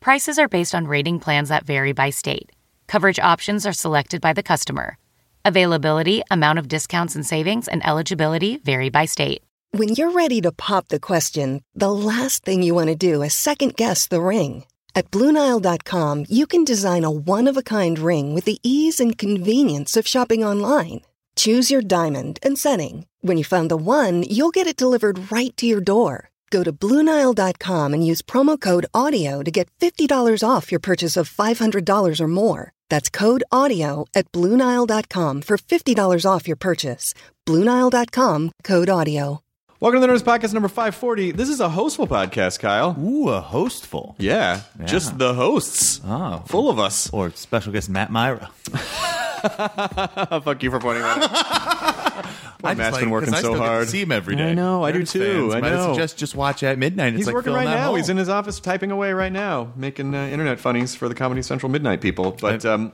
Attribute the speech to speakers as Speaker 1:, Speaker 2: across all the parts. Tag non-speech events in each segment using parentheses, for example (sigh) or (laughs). Speaker 1: Prices are based on rating plans that vary by state. Coverage options are selected by the customer. Availability, amount of discounts and savings, and eligibility vary by state.
Speaker 2: When you're ready to pop the question, the last thing you want to do is second guess the ring. At Bluenile.com, you can design a one of a kind ring with the ease and convenience of shopping online. Choose your diamond and setting. When you find the one, you'll get it delivered right to your door. Go to Bluenile.com and use promo code AUDIO to get $50 off your purchase of $500 or more. That's code AUDIO at Bluenile.com for $50 off your purchase. Bluenile.com code AUDIO.
Speaker 3: Welcome to the Nerds Podcast number 540. This is a hostful podcast, Kyle.
Speaker 4: Ooh, a hostful.
Speaker 3: Yeah, just the hosts.
Speaker 4: Oh.
Speaker 3: Full of us.
Speaker 4: Or special guest Matt Myra.
Speaker 3: (laughs) Fuck you for pointing that out.
Speaker 4: (laughs)
Speaker 3: Boy,
Speaker 4: I
Speaker 3: (laughs)
Speaker 4: just
Speaker 3: Matt's
Speaker 4: like-
Speaker 3: been working
Speaker 4: 'cause I
Speaker 3: so
Speaker 4: still get to
Speaker 3: hard.
Speaker 4: see him every day.
Speaker 3: I know, I do
Speaker 4: Nerds
Speaker 3: too,
Speaker 4: fans
Speaker 3: I
Speaker 4: might
Speaker 3: know.
Speaker 4: Suggest just watch at midnight. It's
Speaker 3: He's
Speaker 4: like
Speaker 3: working
Speaker 4: filling
Speaker 3: right
Speaker 4: that
Speaker 3: now.
Speaker 4: hole.
Speaker 3: He's in his office typing away right now, making uh, internet funnies for the Comedy Central Midnight people. But um,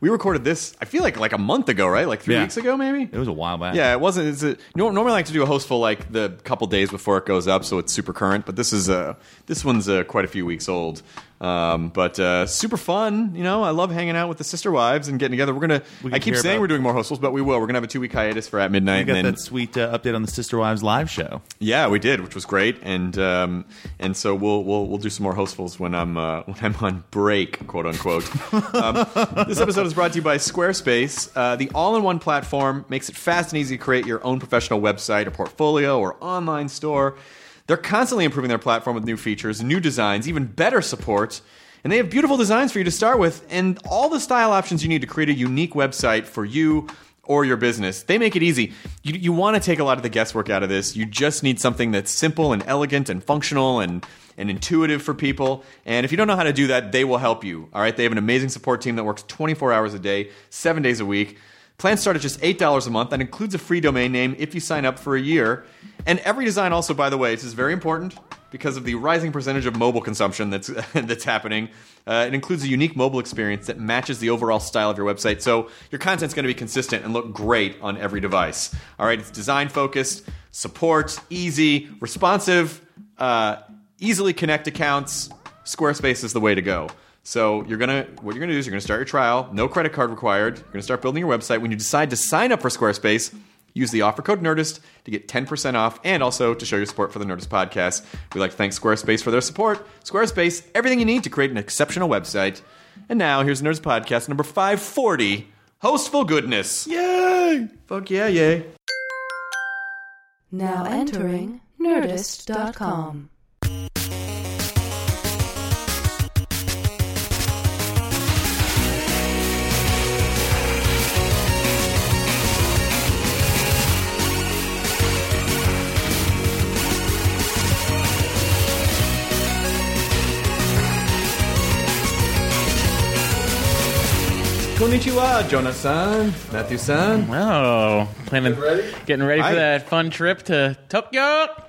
Speaker 3: we recorded this, I feel like, like a month ago, right? Like three
Speaker 4: Yeah.
Speaker 3: weeks ago, maybe?
Speaker 4: It was a while back.
Speaker 3: Yeah, it wasn't. It's a, you know, normally I like to do a hostful like the couple days before it goes up, so it's super current. But this is uh, this one's uh, quite a few weeks old. Um, but uh, super fun. You know, I love hanging out with the sister wives and getting together. We're gonna.
Speaker 4: We
Speaker 3: I
Speaker 4: can
Speaker 3: keep
Speaker 4: hear
Speaker 3: saying
Speaker 4: about-
Speaker 3: we're doing more hostels, but we will. We're gonna have a two week hiatus for at midnight.
Speaker 4: We
Speaker 3: and
Speaker 4: got
Speaker 3: then-
Speaker 4: that sweet uh, update on the Sister Wives live show.
Speaker 3: (laughs) yeah, we did, which was great, and um, and so we'll we'll we'll do some more hostfuls when I'm uh, when I'm on break, quote
Speaker 4: (laughs)
Speaker 3: unquote. um, (laughs) this episode is brought to you by Squarespace. Uh, the all-in-one platform makes it fast and easy to create your own professional website, or portfolio, or online store. They're constantly improving their platform with new features, new designs, even better support. And they have beautiful designs for you to start with, and all the style options you need to create a unique website for you or your business. They make it easy. You, you want to take a lot of the guesswork out of this. You just need something that's simple and elegant and functional and and intuitive for people. And if you don't know how to do that, they will help you. All right, they have an amazing support team that works 24 hours a day, seven days a week. Plans start at just $8 a month. That includes a free domain name if you sign up for a year. And every design also, by the way, this is very important because of the rising percentage of mobile consumption that's, (laughs) that's happening. Uh, it includes a unique mobile experience that matches the overall style of your website. So your content's going to be consistent and look great on every device. All right, it's design focused, support, easy, responsive, uh, easily connect accounts. Squarespace is the way to go. So you're gonna what you're gonna do is you're gonna start your trial, no credit card required. You're gonna start building your website. When you decide to sign up for Squarespace, use the offer code Nerdist to get 10% off and also to show your support for the Nerdist podcast. We'd like to thank Squarespace for their support. Squarespace, everything you need to create an exceptional website. And now here's Nerdist Podcast number 540, Hostful Goodness.
Speaker 4: Yay!
Speaker 3: Fuck yeah, yay.
Speaker 5: Now entering Nerdist.com.
Speaker 3: Konnichiwa, Jonas-san, Matthew-san.
Speaker 6: Oh, planning, getting ready for
Speaker 3: Hi.
Speaker 6: that fun trip to Tokyo.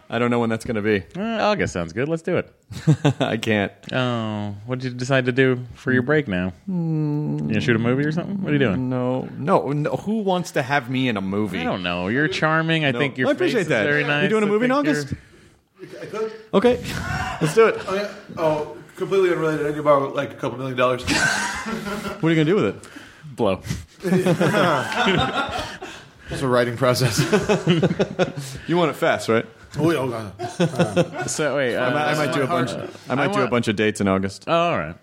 Speaker 3: I don't know when that's gonna be. (laughs)
Speaker 6: Uh, August sounds good. Let's do it.
Speaker 3: I can't.
Speaker 6: Oh, what did you decide to do for your break now? You gonna shoot a movie or something? What are you doing?
Speaker 3: No, no, no. Who wants to have me in a movie?
Speaker 6: I don't know. You're charming. I
Speaker 3: No.
Speaker 6: think your
Speaker 3: I appreciate
Speaker 6: face is
Speaker 3: that.
Speaker 6: very nice.
Speaker 3: You're doing a
Speaker 6: I
Speaker 3: movie in
Speaker 6: think
Speaker 3: August?
Speaker 6: you're-
Speaker 3: Okay, (laughs) let's do it.
Speaker 7: Oh, yeah. oh, completely unrelated. I do borrow like a couple million dollars.
Speaker 3: What are you gonna do with it?
Speaker 6: Blow.
Speaker 8: It's a writing process. (laughs)
Speaker 3: You want it fast, right?
Speaker 8: oh, yeah, oh, God.
Speaker 6: So wait. Uh,
Speaker 3: I might do a bunch. I might
Speaker 6: I
Speaker 3: do a
Speaker 6: want-
Speaker 3: bunch of dates in August.
Speaker 6: oh, all right.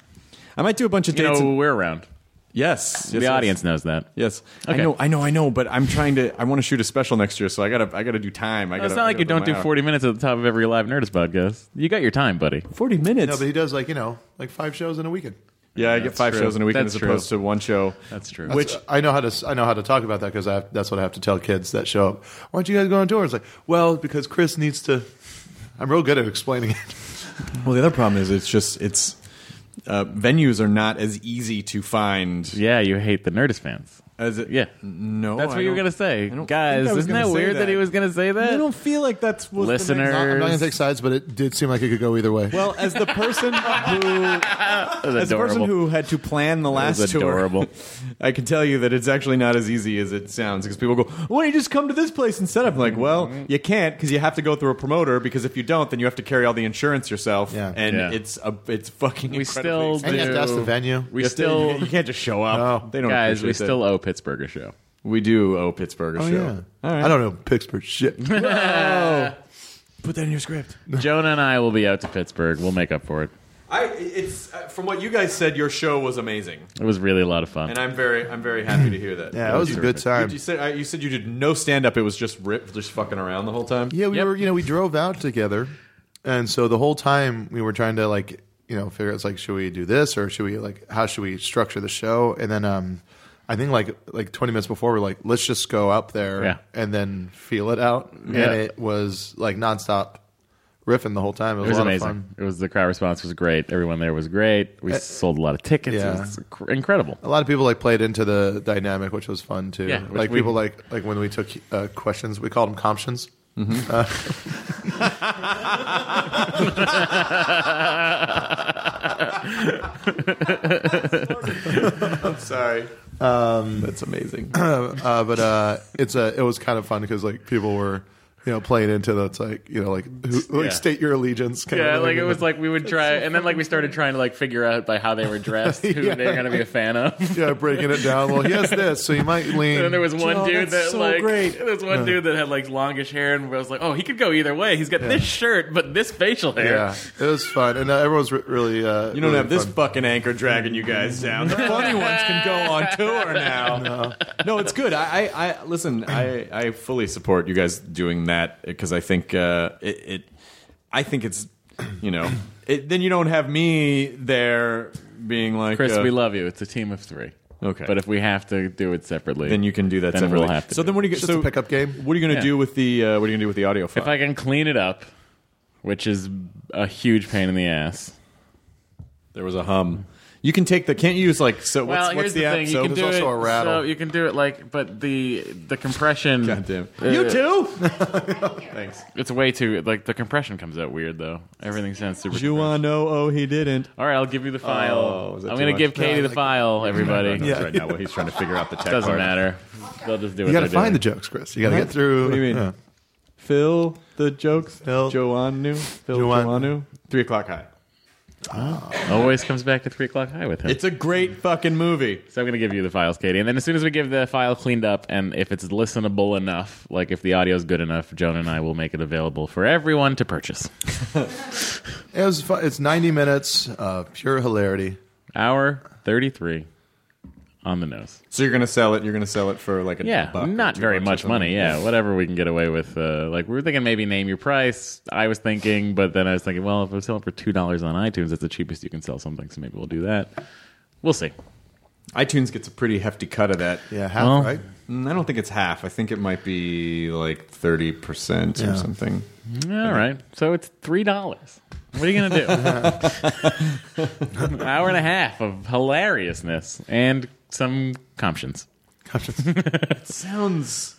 Speaker 3: I might do a bunch of
Speaker 6: You
Speaker 3: dates.
Speaker 6: know
Speaker 3: in,
Speaker 6: we're around.
Speaker 3: yes, yes,
Speaker 6: The
Speaker 3: yes.
Speaker 6: audience knows that.
Speaker 3: Yes, I
Speaker 6: Okay.
Speaker 3: know, I know, I know. But I'm trying to. I want to shoot a special next year, so I gotta, I gotta do time. I gotta,
Speaker 6: It's not
Speaker 3: I
Speaker 6: like you
Speaker 3: gotta
Speaker 6: don't
Speaker 3: put
Speaker 6: do
Speaker 3: my hour.
Speaker 6: 40 minutes at the top of every live Nerdist podcast. You got your time, buddy.
Speaker 3: 40 minutes.
Speaker 8: No, but he does like, you know, like five shows in a weekend.
Speaker 3: yeah, I get five
Speaker 6: true.
Speaker 3: shows in a weekend
Speaker 6: That's
Speaker 3: as
Speaker 6: true.
Speaker 3: opposed to one show.
Speaker 6: That's true.
Speaker 3: Which
Speaker 8: I know how to I know how to talk about that because that's what I have to tell kids that show up. Why don't you guys go on tour? It's like, well, because Chris needs to. I'm real good at explaining it.
Speaker 3: Well, the other problem is it's just it's uh, venues are not as easy to find
Speaker 6: Yeah, you hate the Nerdist fans.
Speaker 3: as it,
Speaker 6: Yeah.
Speaker 3: No,
Speaker 6: That's
Speaker 3: Oh, I
Speaker 6: what you were
Speaker 3: don't-
Speaker 6: gonna say,
Speaker 3: I don't
Speaker 6: guys.
Speaker 3: think I was
Speaker 6: Isn't
Speaker 3: gonna
Speaker 6: that
Speaker 3: say
Speaker 6: weird that. he was gonna say
Speaker 3: I
Speaker 6: that?
Speaker 3: don't feel like that's what
Speaker 6: Listeners,
Speaker 8: I'm not going to take sides, but it did seem like it could go either way.
Speaker 3: Well, as the
Speaker 6: (laughs)
Speaker 3: person who
Speaker 6: That's
Speaker 3: as the person who had to plan the
Speaker 6: That
Speaker 3: last
Speaker 6: was adorable.
Speaker 3: tour, (laughs) I can tell you that it's actually not as easy as it sounds because people go, "Why don't you just come to this place instead?" I'm like, "Well,
Speaker 6: Mm-hmm.
Speaker 3: you can't because you have to go through a promoter because if you don't, then you have to carry all the insurance yourself,
Speaker 8: Yeah.
Speaker 3: and
Speaker 6: Yeah.
Speaker 3: it's a, it's fucking
Speaker 6: we
Speaker 3: incredibly
Speaker 6: still
Speaker 3: expensive.
Speaker 8: And you have to ask the venue.
Speaker 6: We
Speaker 3: You have to-
Speaker 6: still,
Speaker 3: you can't just show up. They don't
Speaker 6: guys. We
Speaker 3: appreciate that.
Speaker 6: still owe Pittsburgh a show.
Speaker 3: we do owe Pittsburgh a
Speaker 8: Oh, yeah.
Speaker 3: show. All right.
Speaker 8: I don't know Pittsburgh shit.
Speaker 3: put that in your script.
Speaker 6: Jonah and I will be out to Pittsburgh. We'll make up for it.
Speaker 3: I it's uh, from what you guys said, your show was amazing,
Speaker 6: It was really a lot of fun.
Speaker 3: and I'm very I'm very happy to hear that.
Speaker 8: (clears throat) Yeah, that was a good time.
Speaker 3: You, you said uh, you said you did no stand up. It was just rip, just fucking around the whole time.
Speaker 8: Yeah, we
Speaker 6: Yep.
Speaker 8: were. You know, we drove out together, and so the whole time we were trying to like, you know, figure out it's like, should we do this or should we like, how should we structure the show? And then, um, I think like like twenty minutes before, we're like, let's just go up there
Speaker 6: Yeah.
Speaker 8: and then feel it out,
Speaker 6: Yeah.
Speaker 8: and it was like nonstop riffing the whole time. It was,
Speaker 6: it was
Speaker 8: a lot
Speaker 6: amazing.
Speaker 8: of fun. Eh.
Speaker 6: It was the crowd response was great. Everyone there was great. We sold a lot of tickets.
Speaker 8: yeah.
Speaker 6: It was cr- incredible.
Speaker 8: A lot of people like played into the dynamic, which was fun too.
Speaker 6: Yeah, which
Speaker 8: like
Speaker 6: we-
Speaker 8: people like like when we took uh, questions, we called them comptions.
Speaker 3: Sorry.
Speaker 8: Um,
Speaker 3: That's amazing.
Speaker 8: uh, but uh, it's a it was kind of fun because like people were you know playing into that's like you know like who, like
Speaker 6: Yeah.
Speaker 8: state your allegiance kind
Speaker 6: Yeah,
Speaker 8: of
Speaker 6: like
Speaker 8: thing.
Speaker 6: it was like we would try, and then like we started trying to like figure out by how they were dressed
Speaker 8: (laughs)
Speaker 6: who they were gonna be a fan of.
Speaker 8: yeah breaking it down well he has this so you might lean
Speaker 6: And then there was one
Speaker 3: Joe,
Speaker 6: dude
Speaker 3: Oh, that's
Speaker 6: that
Speaker 3: so
Speaker 6: like
Speaker 3: great.
Speaker 6: there was one dude that had like longish hair and I was like, oh, he could go either way. He's got this shirt but this facial hair.
Speaker 8: yeah it was fun and uh, everyone's re- really uh,
Speaker 3: You don't
Speaker 8: really
Speaker 3: have this (laughs)
Speaker 8: fun.
Speaker 3: fucking anchor dragging you guys down. The funny ones can go on tour
Speaker 8: (laughs)
Speaker 3: now. No, it's good. I, I, I listen. I, I fully support you guys doing that because I think uh, it, it. I think it's, you know, it, then you don't have me there being like
Speaker 6: Chris,
Speaker 3: uh,
Speaker 6: we love you. It's a team of three.
Speaker 3: Okay.
Speaker 6: but if we have to do it separately,
Speaker 3: Then you can do that
Speaker 6: Then
Speaker 3: separately.
Speaker 6: we'll have to
Speaker 3: so
Speaker 6: do
Speaker 3: then, what are you?
Speaker 8: It's
Speaker 3: So
Speaker 8: just a pickup game.
Speaker 3: What are you going to
Speaker 6: Yeah.
Speaker 3: do with the? Uh, what are you going to do with the audio file?
Speaker 6: If I can clean it up, which is a huge pain in the ass.
Speaker 3: there was a hum. You can take the. Can't you use like so?
Speaker 6: Well,
Speaker 3: what's,
Speaker 6: here's
Speaker 3: what's
Speaker 6: the,
Speaker 3: the, app?
Speaker 6: thing. You
Speaker 3: so
Speaker 6: can do
Speaker 8: there's
Speaker 6: it.
Speaker 8: also a rattle.
Speaker 6: So you can do it like, but the the compression.
Speaker 3: Goddamn.
Speaker 6: uh,
Speaker 3: you too. Thanks.
Speaker 6: It's way too like the compression comes out weird though. Everything sounds super.
Speaker 3: Juan, no, oh, he didn't.
Speaker 6: All right, I'll give you the file.
Speaker 3: Oh, is that
Speaker 6: I'm
Speaker 3: too
Speaker 6: gonna
Speaker 3: much?
Speaker 6: give
Speaker 3: No,
Speaker 6: Katie the file. Everybody.
Speaker 3: Yeah. Right now, well, he's trying to figure (laughs) out the tech.
Speaker 6: Doesn't
Speaker 3: part.
Speaker 6: matter. They'll just do it.
Speaker 8: you got to find the jokes Chris you got to get through
Speaker 3: What do you mean?
Speaker 8: yeah.
Speaker 3: Phil, the jokes.
Speaker 8: Phil.
Speaker 3: Joannu. Phil
Speaker 8: Joan-
Speaker 3: Joannu. Three o'clock high.
Speaker 6: Always comes back to three o'clock high with him.
Speaker 3: It's a great fucking movie.
Speaker 6: so I'm gonna give you the files, Katie, and then as soon as we give the file cleaned up, and if it's listenable enough, like if the audio is good enough, Joan and I will make it available for everyone to purchase.
Speaker 8: it was fun it's 90 minutes of pure hilarity
Speaker 6: Hour 33 on the nose.
Speaker 3: So you're gonna sell it. You're gonna sell it for like a
Speaker 6: Yeah,
Speaker 3: buck or
Speaker 6: not
Speaker 3: two
Speaker 6: very
Speaker 3: bucks or
Speaker 6: much
Speaker 3: something.
Speaker 6: money. Yeah, whatever we can get away with. Uh, like we were thinking maybe name your price. I was thinking, but then I was thinking, well, if I'm selling for two dollars on iTunes, that's the cheapest you can sell something. So maybe we'll do that. We'll see.
Speaker 3: iTunes gets a pretty hefty cut of that.
Speaker 8: yeah half
Speaker 6: Well,
Speaker 8: (laughs) right
Speaker 3: Mm, I don't think it's half. I think it might be like thirty percent or
Speaker 8: Yeah.
Speaker 3: something.
Speaker 6: All right, so it's three dollars. What are you gonna do? An hour and a half of hilariousness and some comptions.
Speaker 3: Sounds.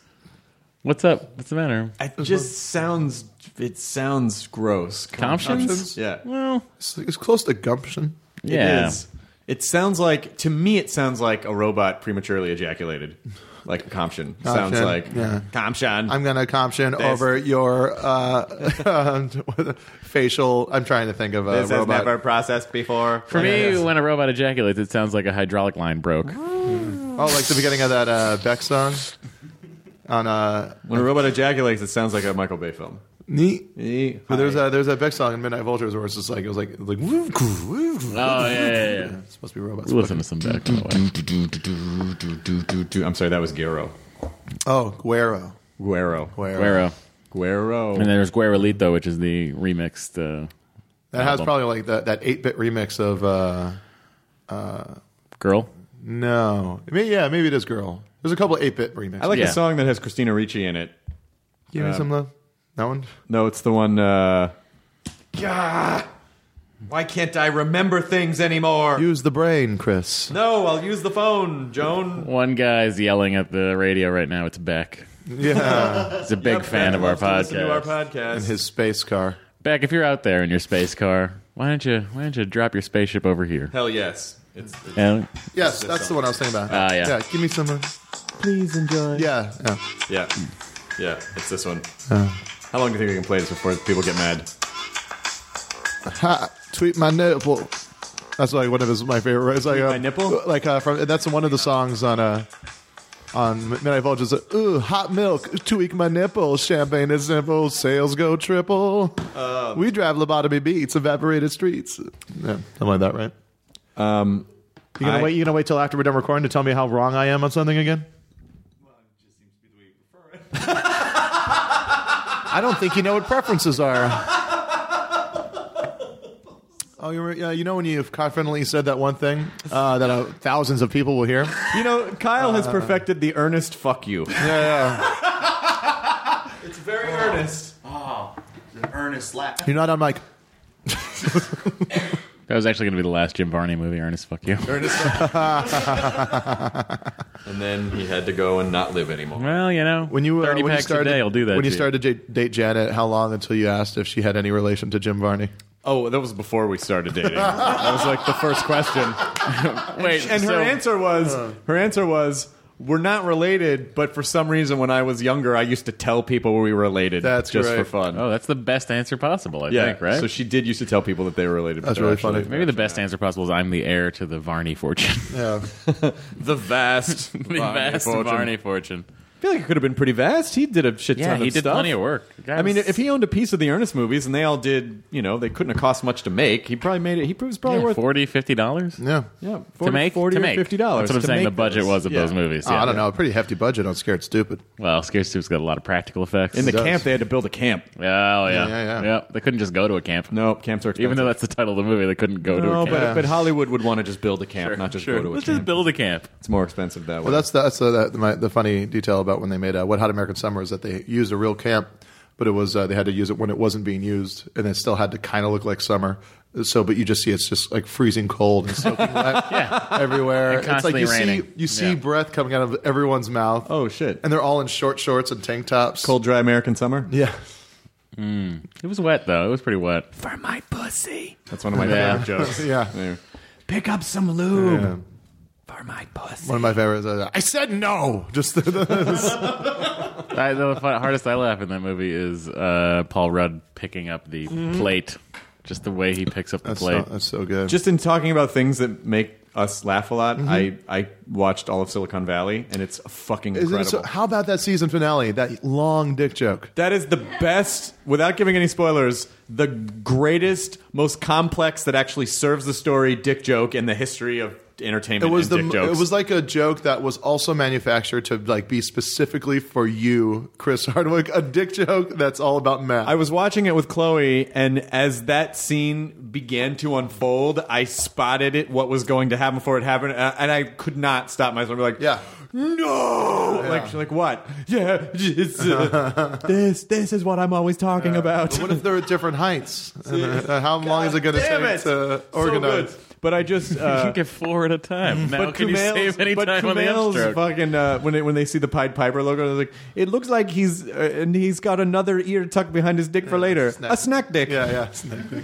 Speaker 6: What's up? What's the matter?
Speaker 3: It just sounds. It sounds gross.
Speaker 6: Comptions?
Speaker 3: Yeah.
Speaker 6: Well,
Speaker 8: it's, it's close to gumption
Speaker 6: yeah.
Speaker 3: It is. It sounds like to me. It sounds like a robot prematurely ejaculated, like a comption. Sounds
Speaker 8: Comption,
Speaker 3: like
Speaker 8: yeah.
Speaker 3: comption.
Speaker 8: I'm gonna comption
Speaker 3: There's-
Speaker 8: over your uh, (laughs) facial. I'm trying to think of a
Speaker 3: this has
Speaker 8: robot.
Speaker 3: never processed before.
Speaker 6: For me, when a robot ejaculates, it sounds like a hydraulic line broke.
Speaker 8: Oh, like the beginning of that uh, Beck song. On uh,
Speaker 3: when a robot ejaculates, it sounds like a Michael Bay film.
Speaker 8: neat.
Speaker 3: Eh,
Speaker 8: But there's
Speaker 3: hi.
Speaker 8: a there's a Beck song in Midnight Vultures where it's just like it was like it was like woo, goo, woo, goo.
Speaker 6: Oh yeah, yeah, yeah.
Speaker 8: It's supposed to be robots.
Speaker 6: Listen to some back. by the way.
Speaker 3: I'm sorry, that was Guerrero.
Speaker 8: Oh, Guero.
Speaker 3: Guerrero.
Speaker 8: Guero.
Speaker 6: Guero.
Speaker 3: Guerrero.
Speaker 6: And then there's Guerolito, which is the remixed. Uh,
Speaker 8: That has
Speaker 6: album.
Speaker 8: probably like that that eight bit remix of uh,
Speaker 6: girl.
Speaker 8: no. I mean, yeah, maybe it is Girl. There's a couple eight bit remixes.
Speaker 3: I like uh,
Speaker 6: Yeah.
Speaker 3: the song that has Christina Ricci in it.
Speaker 8: Give me some love. That one.
Speaker 3: No, it's the one. Uh, God. Why can't I remember things anymore?
Speaker 8: Use the brain, Chris.
Speaker 3: no, I'll use the phone, Joan.
Speaker 6: One guy's yelling at the radio right now. It's Beck.
Speaker 8: Yeah.
Speaker 6: He's a big fan of our
Speaker 3: Loves to
Speaker 6: podcast.
Speaker 3: listen to our podcast.
Speaker 8: In his space car.
Speaker 6: Beck, if you're out there in your space car, why don't you why don't you drop your spaceship over here?
Speaker 3: Hell yes. It's, it's
Speaker 6: And
Speaker 8: Yes, that's the one I was thinking about.
Speaker 6: Ah, yeah.
Speaker 8: give me some. uh,
Speaker 6: please enjoy.
Speaker 8: Yeah, yeah.
Speaker 3: yeah, yeah. It's this one. How long do you think we can play this before people get mad?
Speaker 8: Ha, tweet my nipple. That's like one of his my favorite. It's like
Speaker 3: Tweet my
Speaker 8: uh,
Speaker 3: nipple?
Speaker 8: Like uh, from and that's one of the songs on uh on Midnight Vulture. It's like, Ooh, hot milk, tweak my nipple, champagne is simple, sales go triple.
Speaker 3: Oh.
Speaker 8: we drive lobotomy beats, evaporated streets. Yeah, something like that, right? Um, you gonna
Speaker 3: I-
Speaker 8: wait? You gonna wait till after we're done recording to tell me how wrong I am on something again? (laughs) I don't think you know what preferences
Speaker 3: (laughs)
Speaker 8: are. Oh, you, were, yeah, you know when you've confidently said that one thing uh, that uh, thousands of people will hear?
Speaker 3: You know, Kyle has perfected the earnest "fuck you." (laughs) it's very earnest.
Speaker 4: Ernest laugh.
Speaker 8: You're not on like,
Speaker 6: That was actually going to be the last Jim Varney movie. Ernest, fuck you.
Speaker 3: And then he had to go and not live anymore.
Speaker 6: Well, you know,
Speaker 8: when you, uh,
Speaker 6: thirty
Speaker 8: when you
Speaker 6: packs
Speaker 8: started,
Speaker 6: a day, will do that.
Speaker 8: When you
Speaker 6: to
Speaker 8: started to j- date Janet, how long until you asked if she had any relation to Jim Varney?
Speaker 3: Oh, that was before we started dating. that was like the first question.
Speaker 6: wait,
Speaker 3: and her
Speaker 6: so-
Speaker 3: answer was her answer was we're not related, but for some reason when I was younger, I used to tell people we were related.
Speaker 8: That's
Speaker 3: just for
Speaker 8: correct.
Speaker 3: fun.
Speaker 6: Oh, that's the best answer possible. I
Speaker 3: yeah,
Speaker 6: think, right?
Speaker 3: So she did used to tell people that they were related. but
Speaker 8: That's
Speaker 3: they're
Speaker 8: really
Speaker 3: actually-
Speaker 8: funny.
Speaker 6: Maybe the best answer possible is I'm the heir to the Varney fortune,
Speaker 3: (laughs)
Speaker 8: Yeah.
Speaker 3: The (laughs) vast,
Speaker 6: the vast Varney fortune.
Speaker 3: I feel like it could have been pretty vast. He did a shit
Speaker 6: Yeah,
Speaker 3: ton
Speaker 6: he
Speaker 3: of
Speaker 6: did
Speaker 3: stuff.
Speaker 6: plenty of work. The guy
Speaker 3: I mean,
Speaker 6: was-
Speaker 3: if he owned a piece of the Ernest movies and they all did, you know, they couldn't have cost much to make. He probably made it. He was probably
Speaker 6: Yeah,
Speaker 3: worth
Speaker 6: Forty, fifty dollars
Speaker 8: Yeah.
Speaker 3: yeah, 40,
Speaker 6: to make.
Speaker 3: 40
Speaker 6: to
Speaker 3: or
Speaker 6: make
Speaker 3: fifty dollars.
Speaker 6: That's what I'm
Speaker 3: to
Speaker 6: saying. The
Speaker 3: make
Speaker 6: budget
Speaker 3: those.
Speaker 6: was of
Speaker 3: Yeah.
Speaker 6: those movies.
Speaker 8: Oh,
Speaker 6: yeah.
Speaker 8: I don't know. A pretty hefty budget on Scared Stupid.
Speaker 6: Well, Scary Stupe's got a lot of practical effects.
Speaker 3: In the
Speaker 8: does.
Speaker 3: camp, they had to build a camp.
Speaker 6: oh yeah.
Speaker 8: Yeah, yeah, yeah.
Speaker 6: They couldn't just go to a camp.
Speaker 3: No, camps are expensive.
Speaker 6: Even though that's the title of the movie, they couldn't go to
Speaker 3: no,
Speaker 6: a camp.
Speaker 3: but, but Hollywood would want to just build a camp, not just go to a
Speaker 6: Let's
Speaker 3: camp.
Speaker 6: just build a camp.
Speaker 3: It's more expensive that way.
Speaker 8: Well, that's that's uh, that, my, the funny detail about when they made uh, What Hot American Summer is that they used a real camp, but it was uh, they had to use it when it wasn't being used, and it still had to kind of look like summer. So, but you just see it's just like freezing cold
Speaker 3: (laughs)
Speaker 8: and soaking wet everywhere.
Speaker 6: And
Speaker 8: it's like
Speaker 6: constantly
Speaker 8: you
Speaker 6: raining.
Speaker 8: see you see
Speaker 6: Yeah.
Speaker 8: breath coming out of everyone's mouth.
Speaker 3: oh shit!
Speaker 8: and they're all in short shorts and tank tops.
Speaker 3: cold, dry American summer.
Speaker 8: Yeah.
Speaker 6: It was wet though. It was
Speaker 3: (laughs)
Speaker 6: pretty wet.
Speaker 3: For my pussy. That's one of my
Speaker 6: Yeah.
Speaker 3: favorite jokes. (laughs)
Speaker 8: Yeah.
Speaker 3: Anyway. Pick up some lube
Speaker 8: Yeah.
Speaker 3: for my pussy.
Speaker 8: One of my favorites. Uh, I said no. Just the,
Speaker 6: I, the fun- hardest I laugh in that movie is uh, Paul Rudd picking up the
Speaker 3: Mm-hmm.
Speaker 6: plate. Just the way he picks up the
Speaker 8: that's,
Speaker 6: plate.
Speaker 8: so, that's so good.
Speaker 3: Just in talking about things that make us laugh a lot,
Speaker 8: Mm-hmm.
Speaker 3: I, I watched all of Silicon Valley, and it's fucking
Speaker 8: Is
Speaker 3: incredible.
Speaker 8: it so, how about that season finale? That long dick joke.
Speaker 3: That is the best, without giving any spoilers, the greatest, most complex that actually serves the story dick joke in the history of
Speaker 8: it
Speaker 3: entertainment
Speaker 8: was
Speaker 3: and
Speaker 8: the
Speaker 3: dick jokes.
Speaker 8: it was like a joke that was also manufactured to like be specifically for you, Chris Hardwick. A dick joke that's all about Matt.
Speaker 3: I was watching it with Chloe, and as that scene began to unfold, I spotted it what was going to happen before it happened, uh, and I could not stop myself. I'm like,
Speaker 8: Yeah.
Speaker 3: no, like she's like, what? Yeah, it's,
Speaker 8: (laughs)
Speaker 3: uh, this this is what I'm always talking about.
Speaker 8: (laughs) what if they're at
Speaker 3: (laughs)
Speaker 8: different heights? And, uh, (laughs) how long is it going to
Speaker 3: Damn
Speaker 8: take
Speaker 3: it.
Speaker 8: to
Speaker 3: So
Speaker 8: organize?
Speaker 3: good. But I
Speaker 8: (laughs)
Speaker 3: just.
Speaker 6: you
Speaker 3: Uh,
Speaker 6: can get four at
Speaker 3: (laughs)
Speaker 6: a time. Now
Speaker 3: but
Speaker 6: can you
Speaker 3: Kumail's-
Speaker 6: save any
Speaker 3: but
Speaker 6: time on the
Speaker 3: Kumail's
Speaker 6: upstroke?
Speaker 3: fucking uh, when they, when they see the Pied Piper logo, they're like, it looks like he's uh, and he's got another ear tucked behind his dick for later,
Speaker 8: snack.
Speaker 3: a snack dick.
Speaker 8: Yeah, yeah. It's not good.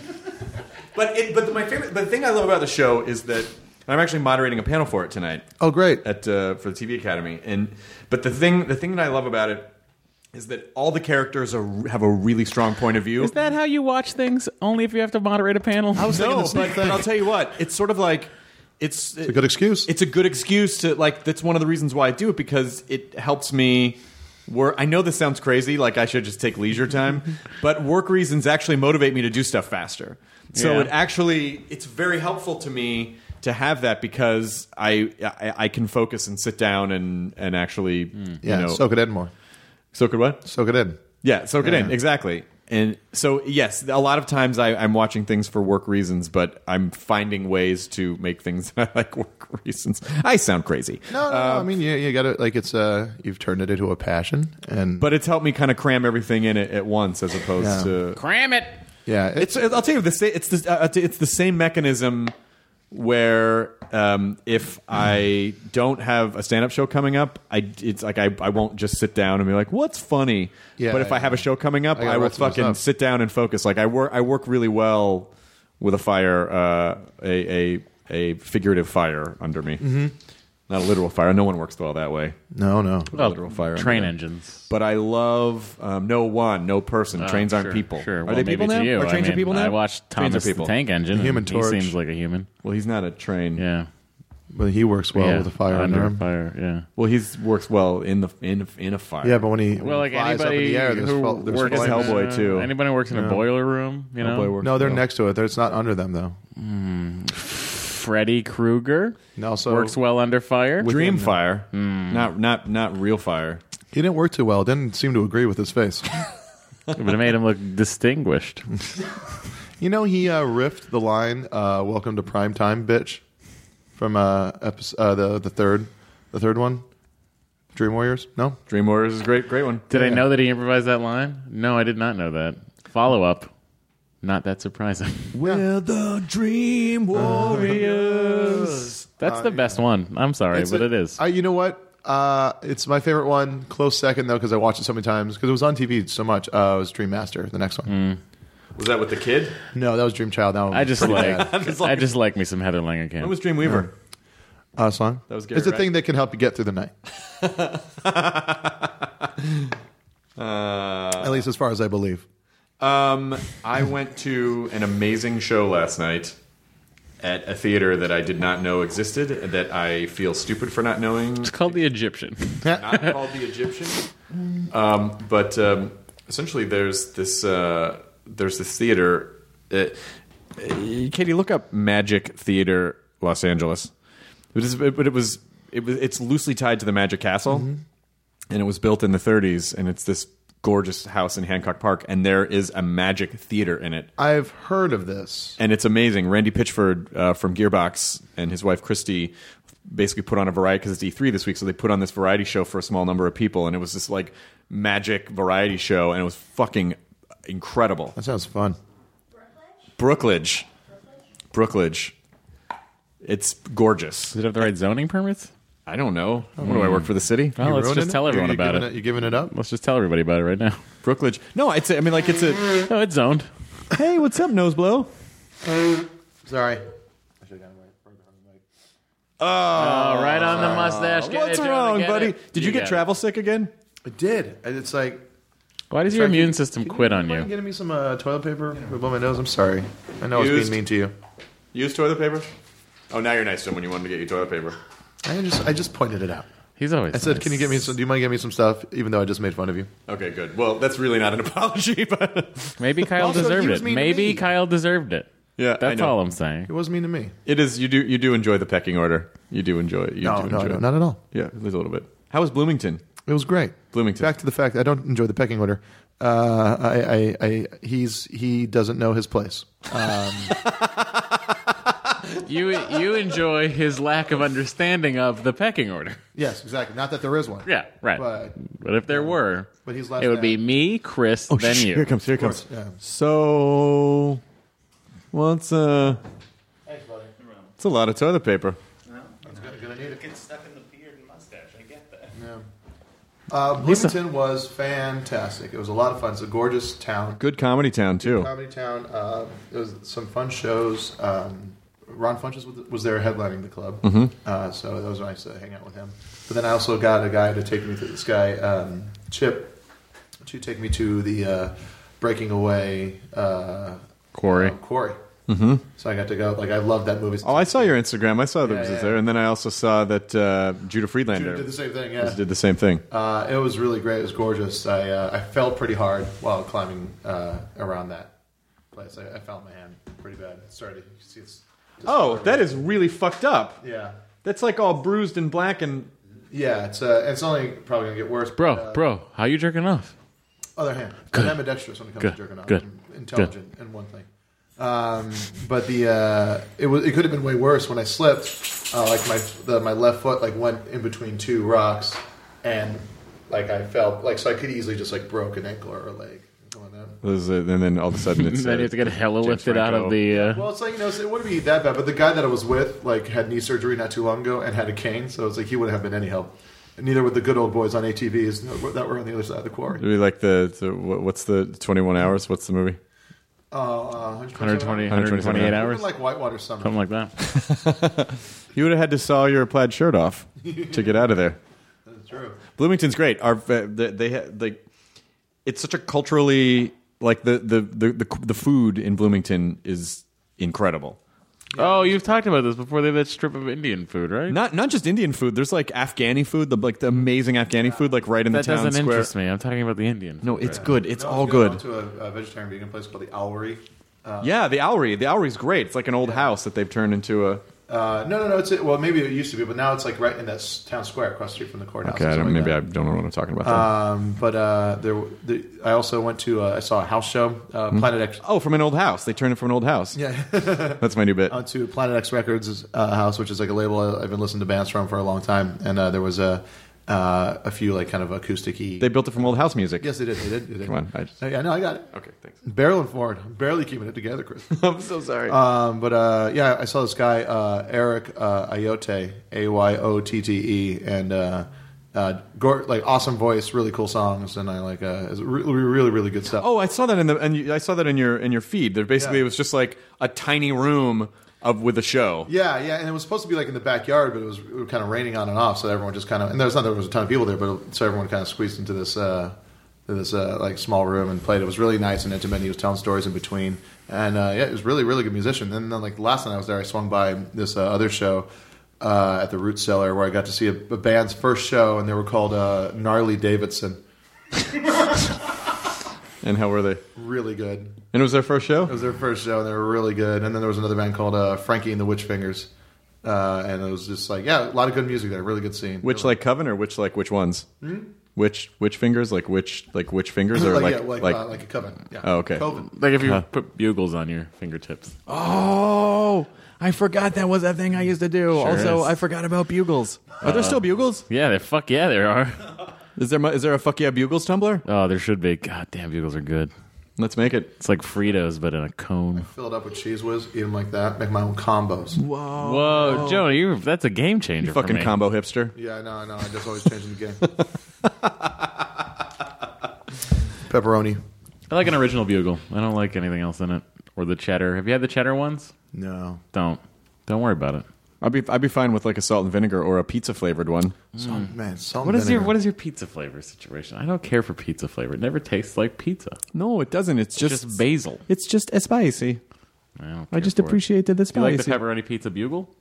Speaker 3: But it, but my favorite, the thing I love about the show is that I'm actually moderating a panel for it tonight
Speaker 8: Oh, great.
Speaker 3: at uh, for the TV Academy, and but the thing the thing that I love about it is that all the characters are, have a really strong point of view.
Speaker 6: Is that how you watch things? Only if you have to moderate a panel? I (laughs)
Speaker 8: was thinking
Speaker 3: no,
Speaker 8: the same
Speaker 3: but, but
Speaker 8: thing.
Speaker 3: I'll tell you what, it's sort of like it's, it's
Speaker 8: a good excuse.
Speaker 3: It's a good excuse to like. That's one of the reasons why I do it because it helps me. Work. I know this sounds crazy, like I should just take leisure
Speaker 8: (laughs)
Speaker 3: time, but work reasons actually motivate me to do stuff faster. So
Speaker 6: Yeah.
Speaker 3: it actually it's very helpful to me to have that because I I, I can focus and sit down and and actually
Speaker 8: Hmm. yeah,
Speaker 3: you know
Speaker 8: soak it in more.
Speaker 3: soak it what
Speaker 8: Soak it in.
Speaker 3: yeah, soak it in exactly. And so, yes, a lot of times I, I'm watching things for work reasons, but I'm finding ways to make things (laughs) that I like work reasons. I sound crazy,
Speaker 8: No, no, no,
Speaker 3: Uh,
Speaker 8: I mean you, you got to like it's uh you've turned it into a passion and
Speaker 3: but it's helped me kind of cram everything in it at once, as opposed
Speaker 8: Yeah.
Speaker 3: to
Speaker 6: Cram it.
Speaker 8: Yeah,
Speaker 3: it's, I'll tell you the same. It's the uh, it's the same mechanism where um, if I don't have a stand up show coming up, I it's like I, I won't just sit down and be like, what's funny.
Speaker 8: Yeah,
Speaker 3: but if I have a show coming up,
Speaker 8: I gotta
Speaker 3: I, will
Speaker 8: write some
Speaker 3: fucking
Speaker 8: stuff.
Speaker 3: sit down and focus. Like I work I work really well with a fire uh, a a a figurative fire under me.
Speaker 8: Mm-hmm.
Speaker 3: Not a literal fire. No one works well that way.
Speaker 8: no, no.
Speaker 6: Oh,
Speaker 3: literal fire under
Speaker 6: train
Speaker 3: there.
Speaker 6: engines. Oh,
Speaker 3: But I love um, no one, no person. trains aren't
Speaker 6: sure,
Speaker 3: people.
Speaker 6: Sure.
Speaker 3: Are
Speaker 6: Well,
Speaker 3: they
Speaker 6: maybe
Speaker 3: people
Speaker 6: to
Speaker 3: now?
Speaker 6: You.
Speaker 3: Are
Speaker 6: I
Speaker 3: trains
Speaker 6: mean,
Speaker 3: are people now?
Speaker 6: I watched
Speaker 3: Trains are
Speaker 6: Thomas the
Speaker 3: people.
Speaker 6: Tank Engine.
Speaker 8: Human
Speaker 6: and
Speaker 8: Torch.
Speaker 6: He seems like a human.
Speaker 3: Well, he's not a train.
Speaker 6: Yeah.
Speaker 8: But he works well
Speaker 6: yeah.
Speaker 8: with a fire
Speaker 6: under
Speaker 8: under him.
Speaker 6: fire. Yeah.
Speaker 3: Well, he works well in the in in a fire.
Speaker 8: Yeah, but when he when
Speaker 6: Well,
Speaker 8: he
Speaker 6: like
Speaker 8: flies up in
Speaker 6: anybody
Speaker 8: the air, there's,
Speaker 6: who
Speaker 8: fl- there's
Speaker 6: works
Speaker 8: flames.
Speaker 3: Hellboy.
Speaker 6: in a-
Speaker 3: too.
Speaker 6: Anybody who works in a boiler room, you know,
Speaker 3: Hellboy works
Speaker 8: No, they're
Speaker 3: well.
Speaker 8: next to it. They're- It's not under them though.
Speaker 6: Freddy Krueger
Speaker 8: And also,
Speaker 6: works well under fire.
Speaker 3: Dream fire,
Speaker 6: Hmm.
Speaker 3: not not not real fire.
Speaker 8: He didn't work too well. Didn't seem to agree with
Speaker 6: (laughs)
Speaker 8: his face.
Speaker 6: but it made him look distinguished.
Speaker 8: you know, he uh, riffed the line uh, "Welcome to Prime Time, bitch" from uh, episode, uh, the the third the third one. Dream Warriors? No,
Speaker 3: Dream Warriors is a great great one.
Speaker 6: Did I know that he improvised that line? No, I did not know that. Follow up, not that surprising. (laughs)
Speaker 3: We're the Dream
Speaker 6: Uh,
Speaker 3: Warriors.
Speaker 6: That's the best one. I'm sorry,
Speaker 8: It's
Speaker 6: but
Speaker 8: a-
Speaker 6: it is.
Speaker 8: I, you know what? Uh, it's my favorite one. Close second though, because I watched it so many times. Because it was on TV so much. Uh, it was Dream Master, the next one.
Speaker 3: was that with the kid?
Speaker 8: No, that was Dream Child. That one.
Speaker 6: Mm. I just
Speaker 8: was pretty
Speaker 6: like,
Speaker 8: bad.
Speaker 6: I just like me some Heather Langenkamp.
Speaker 3: That was Dream Weaver.
Speaker 8: uh, song.
Speaker 3: That was Gary
Speaker 8: It's a
Speaker 3: Wright.
Speaker 8: thing that can help you get through
Speaker 6: (laughs)
Speaker 8: the night.
Speaker 6: Uh,
Speaker 8: At least as far as I believe.
Speaker 3: Um, I went to an amazing show last night at a theater that I did not know existed. That I feel stupid for not knowing.
Speaker 6: it's called the Egyptian.
Speaker 3: not called the Egyptian. Um, but um, essentially, there's this uh, there's this theater. Uh, uh, Katie, look up Magic Theater Los Angeles. It is, but it was it was it's loosely tied to the Magic Castle, and it was built in the 30s. And it's this gorgeous house in Hancock Park, and there is a Magic Theater in it
Speaker 8: I've heard of this.
Speaker 3: and it's amazing. Randy Pitchford uh, from Gearbox and his wife Christy basically put on a variety because it's E3 this week, so they put on this variety show for a small number of people, and it was this like magic variety show, and it was fucking incredible.
Speaker 8: That sounds fun.
Speaker 3: Brookledge, Brookledge, it's gorgeous.
Speaker 6: Does it have the right zoning permits?
Speaker 3: I don't know. What do I work for the city?
Speaker 6: Well, let's
Speaker 8: Ruining
Speaker 6: just tell
Speaker 8: it?
Speaker 6: everyone
Speaker 8: you, you
Speaker 6: about
Speaker 8: giving
Speaker 6: it.
Speaker 8: You giving it up?
Speaker 6: Let's just tell everybody about it right now. (laughs)
Speaker 3: Brookledge. No, it's. A, I mean, like it's a.
Speaker 6: No, it's zoned.
Speaker 3: (laughs) Hey, what's up, Noseblow?
Speaker 8: Sorry.
Speaker 6: Oh, right on the mustache. Get
Speaker 3: Uh, What's
Speaker 6: it, Jonah,
Speaker 3: wrong,
Speaker 6: get it.
Speaker 3: buddy? Did you,
Speaker 6: got
Speaker 3: get
Speaker 6: it.
Speaker 3: travel sick again?
Speaker 8: I did. And it's like.
Speaker 6: Why does your
Speaker 8: Frankie,
Speaker 6: immune system
Speaker 8: can
Speaker 6: quit
Speaker 8: you
Speaker 6: on
Speaker 8: mind
Speaker 6: you?
Speaker 8: Getting me some uh, toilet paper to blow my nose. I'm sorry. I know I was
Speaker 3: Used.
Speaker 8: being mean to you.
Speaker 3: Use toilet paper. Oh, now you're nice to him when you wanted to get your toilet paper.
Speaker 8: I just I just pointed it out.
Speaker 6: He's always.
Speaker 8: I said, "Can you get me some? Do you mind getting me some stuff?" Even though I just made fun of you.
Speaker 3: Okay, good. Well, that's really not an (laughs) apology, but
Speaker 6: Maybe Kyle
Speaker 8: Also, he
Speaker 6: deserved
Speaker 8: was
Speaker 6: it.
Speaker 8: mean to
Speaker 6: Maybe
Speaker 8: me.
Speaker 6: Kyle deserved it.
Speaker 3: yeah, I
Speaker 6: That's
Speaker 3: know.
Speaker 6: all I'm saying.
Speaker 8: It wasn't mean to me.
Speaker 3: It is you do you do enjoy the pecking order. You do enjoy it. You
Speaker 8: No,
Speaker 3: do
Speaker 8: no,
Speaker 3: enjoy
Speaker 8: no,
Speaker 3: it.
Speaker 8: not at all.
Speaker 3: Yeah, there's a little bit. How was Bloomington?
Speaker 8: It was great.
Speaker 3: Bloomington.
Speaker 8: Back to the fact I don't enjoy the pecking order. Uh, I, I, I, he's he doesn't know his place.
Speaker 6: You you enjoy his lack of understanding of the pecking order. (laughs)
Speaker 8: Yes, exactly. Not that there is one.
Speaker 6: Yeah, right. But,
Speaker 8: But-
Speaker 6: if there were,
Speaker 8: But he's Oh, left
Speaker 6: it would
Speaker 8: out.
Speaker 6: be me, Chris, then you.
Speaker 3: Here it comes. Here it comes.
Speaker 8: yeah.
Speaker 3: So, what's uh?
Speaker 8: Thanks, buddy.
Speaker 3: It's a lot of toilet paper.
Speaker 8: Gonna need it.
Speaker 4: Get stuck in the beard and mustache. I get that.
Speaker 8: Uh, Bloomington was fantastic. It was a lot of fun. It's a gorgeous town,
Speaker 3: Good comedy town too.
Speaker 8: comedy town. Uh, it was some fun shows. Um, Ron Funches was- was there headlining the club,
Speaker 3: Mm-hmm.
Speaker 8: uh, so that was nice to hang out with him. But then I also got a guy to take me to this guy um, Chip to take me to the uh, Breaking Away uh,
Speaker 6: Quarry.
Speaker 8: uh, quarry. So I got to go. Like I love that movie.
Speaker 3: Mm-hmm. Oh, I saw your Instagram. I saw that
Speaker 8: Yeah,
Speaker 3: was
Speaker 8: yeah.
Speaker 3: there, and then I also saw that uh, Judah Friedlander
Speaker 8: Judah did the same thing.
Speaker 3: was-
Speaker 8: Yeah,
Speaker 3: did the same thing.
Speaker 8: uh, it was really great. It was gorgeous. I uh, I fell pretty hard while climbing uh, around that place. I, I felt my hand pretty bad. It started. You see it's
Speaker 3: Oh, that is really fucked up.
Speaker 8: yeah,
Speaker 3: That's like all bruised and black and
Speaker 8: yeah. It's uh, it's only probably gonna get worse.
Speaker 6: Bro,
Speaker 8: but, uh,
Speaker 6: bro, how you jerking off?
Speaker 8: Other hand, I'm ambidextrous when it comes
Speaker 6: Good.
Speaker 8: to jerking off.
Speaker 6: Good.
Speaker 8: I'm intelligent in one thing. Um, but the uh, it was it could have been way worse when I slipped. Uh, like my the, my left foot like went in between two rocks, and like I felt like so I could easily just like broke an ankle or a leg.
Speaker 3: This is it, and then all of a sudden
Speaker 6: (laughs)
Speaker 3: it's
Speaker 6: then
Speaker 3: uh,
Speaker 6: you have to get hella
Speaker 3: James
Speaker 6: lifted out
Speaker 3: Franco.
Speaker 6: of the. Uh,
Speaker 8: Well, it's like you know, so it wouldn't be that bad. But the guy that I was with, like, had knee surgery not too long ago and had a cane, so it's like he wouldn't have been any help. And neither would the good old boys on ATVs that were on the other side of the quarry.
Speaker 3: It'd be like the, the what- what's the 21 hours? What's the movie?
Speaker 8: Uh, uh,
Speaker 6: 120,
Speaker 3: 127
Speaker 6: 128
Speaker 8: Even
Speaker 6: hours,
Speaker 8: like Whitewater Summer.
Speaker 6: something like that.
Speaker 3: You would have had to saw your plaid shirt off to get out of there.
Speaker 8: That's true.
Speaker 3: Bloomington's great. Our uh, they, they ha- like it's such a culturally like the the the the, the food in Bloomington is incredible.
Speaker 6: Oh, you've talked about this before. They have that strip of Indian food, right?
Speaker 3: Not not just Indian food. There's like Afghani food, the like the amazing Afghani food, like right in
Speaker 6: that
Speaker 3: the town
Speaker 6: doesn't
Speaker 3: square.
Speaker 6: interest me. I'm talking about the Indian.
Speaker 3: No, it's good. It's
Speaker 8: I was
Speaker 3: all
Speaker 8: gonna
Speaker 3: good.
Speaker 8: go To a, a vegetarian vegan place called the Owlry.
Speaker 3: Yeah, the Owlry. The Owlry's great. It's like an old house that they've turned into a.
Speaker 8: Uh, no, no, no. It's well, maybe it used to be, but now it's like right in that s- town square across the street from the courthouse.
Speaker 3: Okay,
Speaker 8: or
Speaker 3: I don't,
Speaker 8: something like
Speaker 3: maybe I
Speaker 8: that.
Speaker 3: don't know what I'm talking about. there.
Speaker 8: Um, but uh, there, w- the, I also went to. Uh, I saw a house show, uh, Planet X.
Speaker 3: oh, from an old house. They turned it from an old house.
Speaker 8: Yeah.
Speaker 3: (laughs)
Speaker 8: Oh.
Speaker 3: That's my new bit.
Speaker 8: onto Planet X Records uh, house, which is like a label I- I've been listening to bands from for a long time, and uh, there was a uh, a few like kind of acousticy.
Speaker 3: They built it from old house music.
Speaker 8: yes, they did. They did. They did.
Speaker 3: Come on, I just-
Speaker 8: Oh, yeah, no, I got it.
Speaker 3: Okay, thanks.
Speaker 8: Barreling forward, I'm barely keeping it together, Chris.
Speaker 3: (laughs)
Speaker 8: (laughs)
Speaker 3: I'm so sorry.
Speaker 8: um, but uh, yeah, I saw this guy uh, Eric uh, Ayote, A Y O T T E, and uh, uh, gor like awesome voice, really cool songs, and I like uh, it's really, really, really good stuff.
Speaker 3: Oh, I saw that in the and you, I saw that in your in your feed. There basically
Speaker 8: Yeah.
Speaker 3: it was just like a tiny room of with a show.
Speaker 8: Yeah, yeah, and it was supposed to be like in the backyard, but it was, it was kind of raining on and off, so everyone just kind of and there was not there was a ton of people there, but it- so everyone kind of squeezed into this uh, to this uh, like small room and played. It was really nice and intimate. And he was telling stories in between, and uh, yeah, it was really really good musician. And then like last night I was there, I swung by this uh, other show uh, at the Root Cellar where I got to see a, a band's first show, and they were called uh, Gnarly Davidson.
Speaker 3: And how were they?
Speaker 8: Really good.
Speaker 3: And it was their first
Speaker 8: It
Speaker 3: show.
Speaker 8: was their first show, and they were really good. And then there was another band called uh, Frankie and the Witch Fingers, uh, and it was just like yeah, a lot of good music there. Really good scene.
Speaker 3: Which like coven or which like which ones? Which which fingers like which like which
Speaker 8: (laughs)
Speaker 3: fingers or like
Speaker 8: yeah, like,
Speaker 3: like,
Speaker 8: uh, like a coven. Yeah.
Speaker 3: Oh, okay.
Speaker 8: Coven.
Speaker 6: Like if you put bugles on your fingertips.
Speaker 3: oh I forgot that was a thing I used to do. also,
Speaker 6: is.
Speaker 3: I forgot about bugles. Are there still bugles?
Speaker 6: Yeah, they fuck yeah, there are.
Speaker 3: Is there mu- is there a fuck yeah bugles tumbler?
Speaker 6: Oh, there should be. God damn, bugles are good.
Speaker 3: Let's make it.
Speaker 6: It's like Fritos, but in a cone.
Speaker 8: Fill it up with cheese whiz, eat them like that, make my own combos.
Speaker 6: Whoa, Joe, you that's a game changer. for
Speaker 3: Oh. Fucking
Speaker 6: me.
Speaker 3: combo hipster.
Speaker 8: Yeah, I know, I know. I just always changing (laughs) the game. Pepperoni.
Speaker 6: I like an original bugle. I don't like anything else in it or the cheddar. Have you had the cheddar ones?
Speaker 8: No.
Speaker 6: Don't. Don't worry about it.
Speaker 3: I'd be I'd be fine with like a salt and vinegar or a pizza flavored one.
Speaker 8: Salt, man, salt
Speaker 6: Hmm. What
Speaker 8: and
Speaker 6: is your
Speaker 8: vinegar.
Speaker 6: what is your pizza flavor situation? I don't care for pizza flavor. It never tastes like pizza.
Speaker 3: No, it doesn't. It's
Speaker 6: Just, basil.
Speaker 3: It's just a spicy.
Speaker 6: I, don't
Speaker 3: I
Speaker 6: care
Speaker 3: just
Speaker 6: for it.
Speaker 3: appreciated the
Speaker 6: You
Speaker 3: spicy.
Speaker 6: like the pepperoni pizza bugle?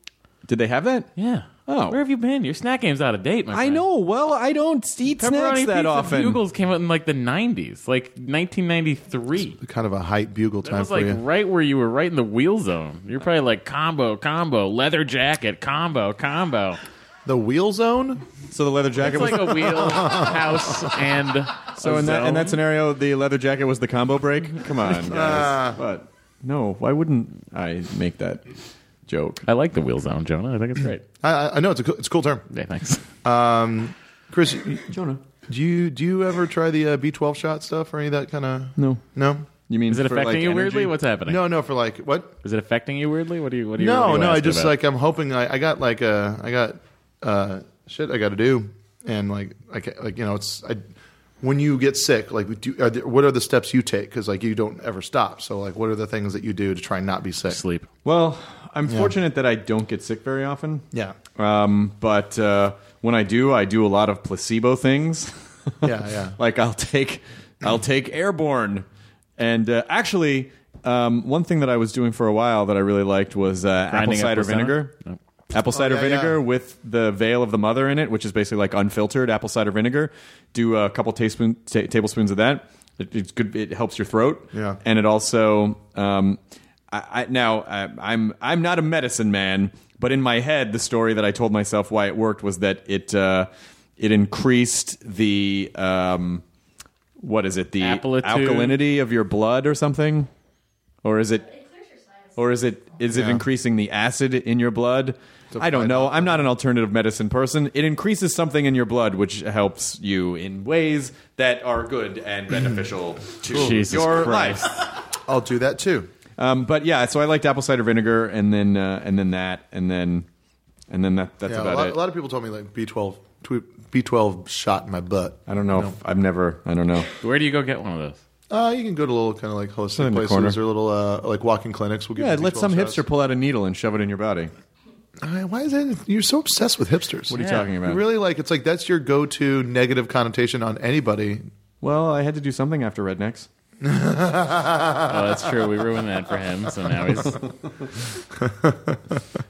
Speaker 3: Did they have that?
Speaker 6: Yeah.
Speaker 3: Oh.
Speaker 6: Where have you been? Your snack game's out of date, my
Speaker 3: I
Speaker 6: friend.
Speaker 3: know. Well, I don't eat snacks
Speaker 6: Pepperoni
Speaker 3: that
Speaker 6: pizza
Speaker 3: often.
Speaker 6: Bugles came out in like the 90s, like 1993.
Speaker 8: kind of a hype bugle
Speaker 6: That
Speaker 8: time
Speaker 6: was
Speaker 8: for
Speaker 6: like
Speaker 8: you?
Speaker 6: right where you were right in the wheel zone. You're probably like combo, combo, leather jacket, combo, combo.
Speaker 8: the wheel zone?
Speaker 3: So the leather jacket
Speaker 6: It's
Speaker 3: was.
Speaker 6: like a wheel, house, and
Speaker 3: (laughs) so
Speaker 6: a
Speaker 3: in that, in that
Speaker 6: zone.
Speaker 3: scenario, the leather jacket was the combo break. Come
Speaker 6: (laughs)
Speaker 3: on,
Speaker 6: Ah.
Speaker 3: guys. but no, why wouldn't I make that joke?
Speaker 6: I like the wheel zone, Jonah. I think it's great.
Speaker 8: I- I, I know it's a cool, it's a cool term.
Speaker 6: yeah, thanks.
Speaker 8: Um, Chris,
Speaker 3: Jonah,
Speaker 8: do you do you ever try the uh, B twelve shot stuff or any of that kind of?
Speaker 3: No.
Speaker 8: no,
Speaker 3: you mean
Speaker 6: Is it
Speaker 3: for,
Speaker 6: affecting
Speaker 3: like,
Speaker 6: you
Speaker 3: energy?
Speaker 6: weirdly? What's happening?
Speaker 8: no, no. For like what?
Speaker 6: Is it affecting you weirdly? What do you? What do you? what
Speaker 8: No,
Speaker 6: do you
Speaker 8: no. I
Speaker 6: ask
Speaker 8: just
Speaker 6: about?
Speaker 8: like I'm hoping I, I got like uh, I got uh, shit I got to do, and like I ca like you know it's I when you get sick like do, are there, what are the steps you take because like you don't ever stop so like what are the things that you do to try and not be sick?
Speaker 6: sleep.
Speaker 3: Well, I'm fortunate that I don't get sick very often.
Speaker 8: Yeah,
Speaker 3: Um, but uh, when I do, I do a lot of placebo things.
Speaker 8: Yeah, yeah.
Speaker 3: (laughs) like I'll take, I'll take airborne, and uh, actually, um, one thing that I was doing for a while that I really liked was uh, apple
Speaker 6: Grinding
Speaker 3: cider
Speaker 6: apple cider?
Speaker 3: vinegar. Apple cider
Speaker 8: Oh, yeah,
Speaker 3: vinegar
Speaker 8: yeah.
Speaker 3: with the veil of the mother in it, which is basically like unfiltered apple cider vinegar. Do a couple teaspoon, ta tablespoons of that. It, it's good. It helps your throat.
Speaker 8: Yeah.
Speaker 3: and it also. Um, I, I, now I, I'm I'm not a medicine man, but in my head, the story that I told myself why it worked was that it uh, it increased the um, what is it the
Speaker 6: Applitude.
Speaker 3: alkalinity of your blood or something, or is it or is it is it increasing the acid in your blood? I don't know. I'm not an alternative medicine person. It increases something in your blood, which helps you in ways that are good and beneficial to
Speaker 6: Jesus
Speaker 3: your
Speaker 6: Christ.
Speaker 3: life.
Speaker 8: I'll do that too.
Speaker 3: Um, but yeah, so I liked apple cider vinegar, and then uh, and then that, and then and then that. That's
Speaker 8: Yeah, a
Speaker 3: about
Speaker 8: lot,
Speaker 3: it.
Speaker 8: a lot of people told me like B12, tw- B12 shot in my butt.
Speaker 3: I don't know. If I've never. I don't know.
Speaker 6: Where do you go get one of those?
Speaker 8: Uh, you can go to little kind of like holistic
Speaker 3: In the
Speaker 8: places
Speaker 3: corner.
Speaker 8: or little uh, like walking clinics. We'll give
Speaker 3: Yeah,
Speaker 8: you
Speaker 3: let
Speaker 8: B12
Speaker 3: some
Speaker 8: shots.
Speaker 3: hipster pull out a needle and shove it in your body.
Speaker 8: Uh, Why is that? You're so obsessed with hipsters.
Speaker 3: What are you
Speaker 6: Yeah.
Speaker 3: talking about?
Speaker 8: You really like it's like that's your go-to negative connotation on anybody.
Speaker 3: Well, I had to do something after rednecks.
Speaker 6: Oh, that's true. We ruined that for him, so now he's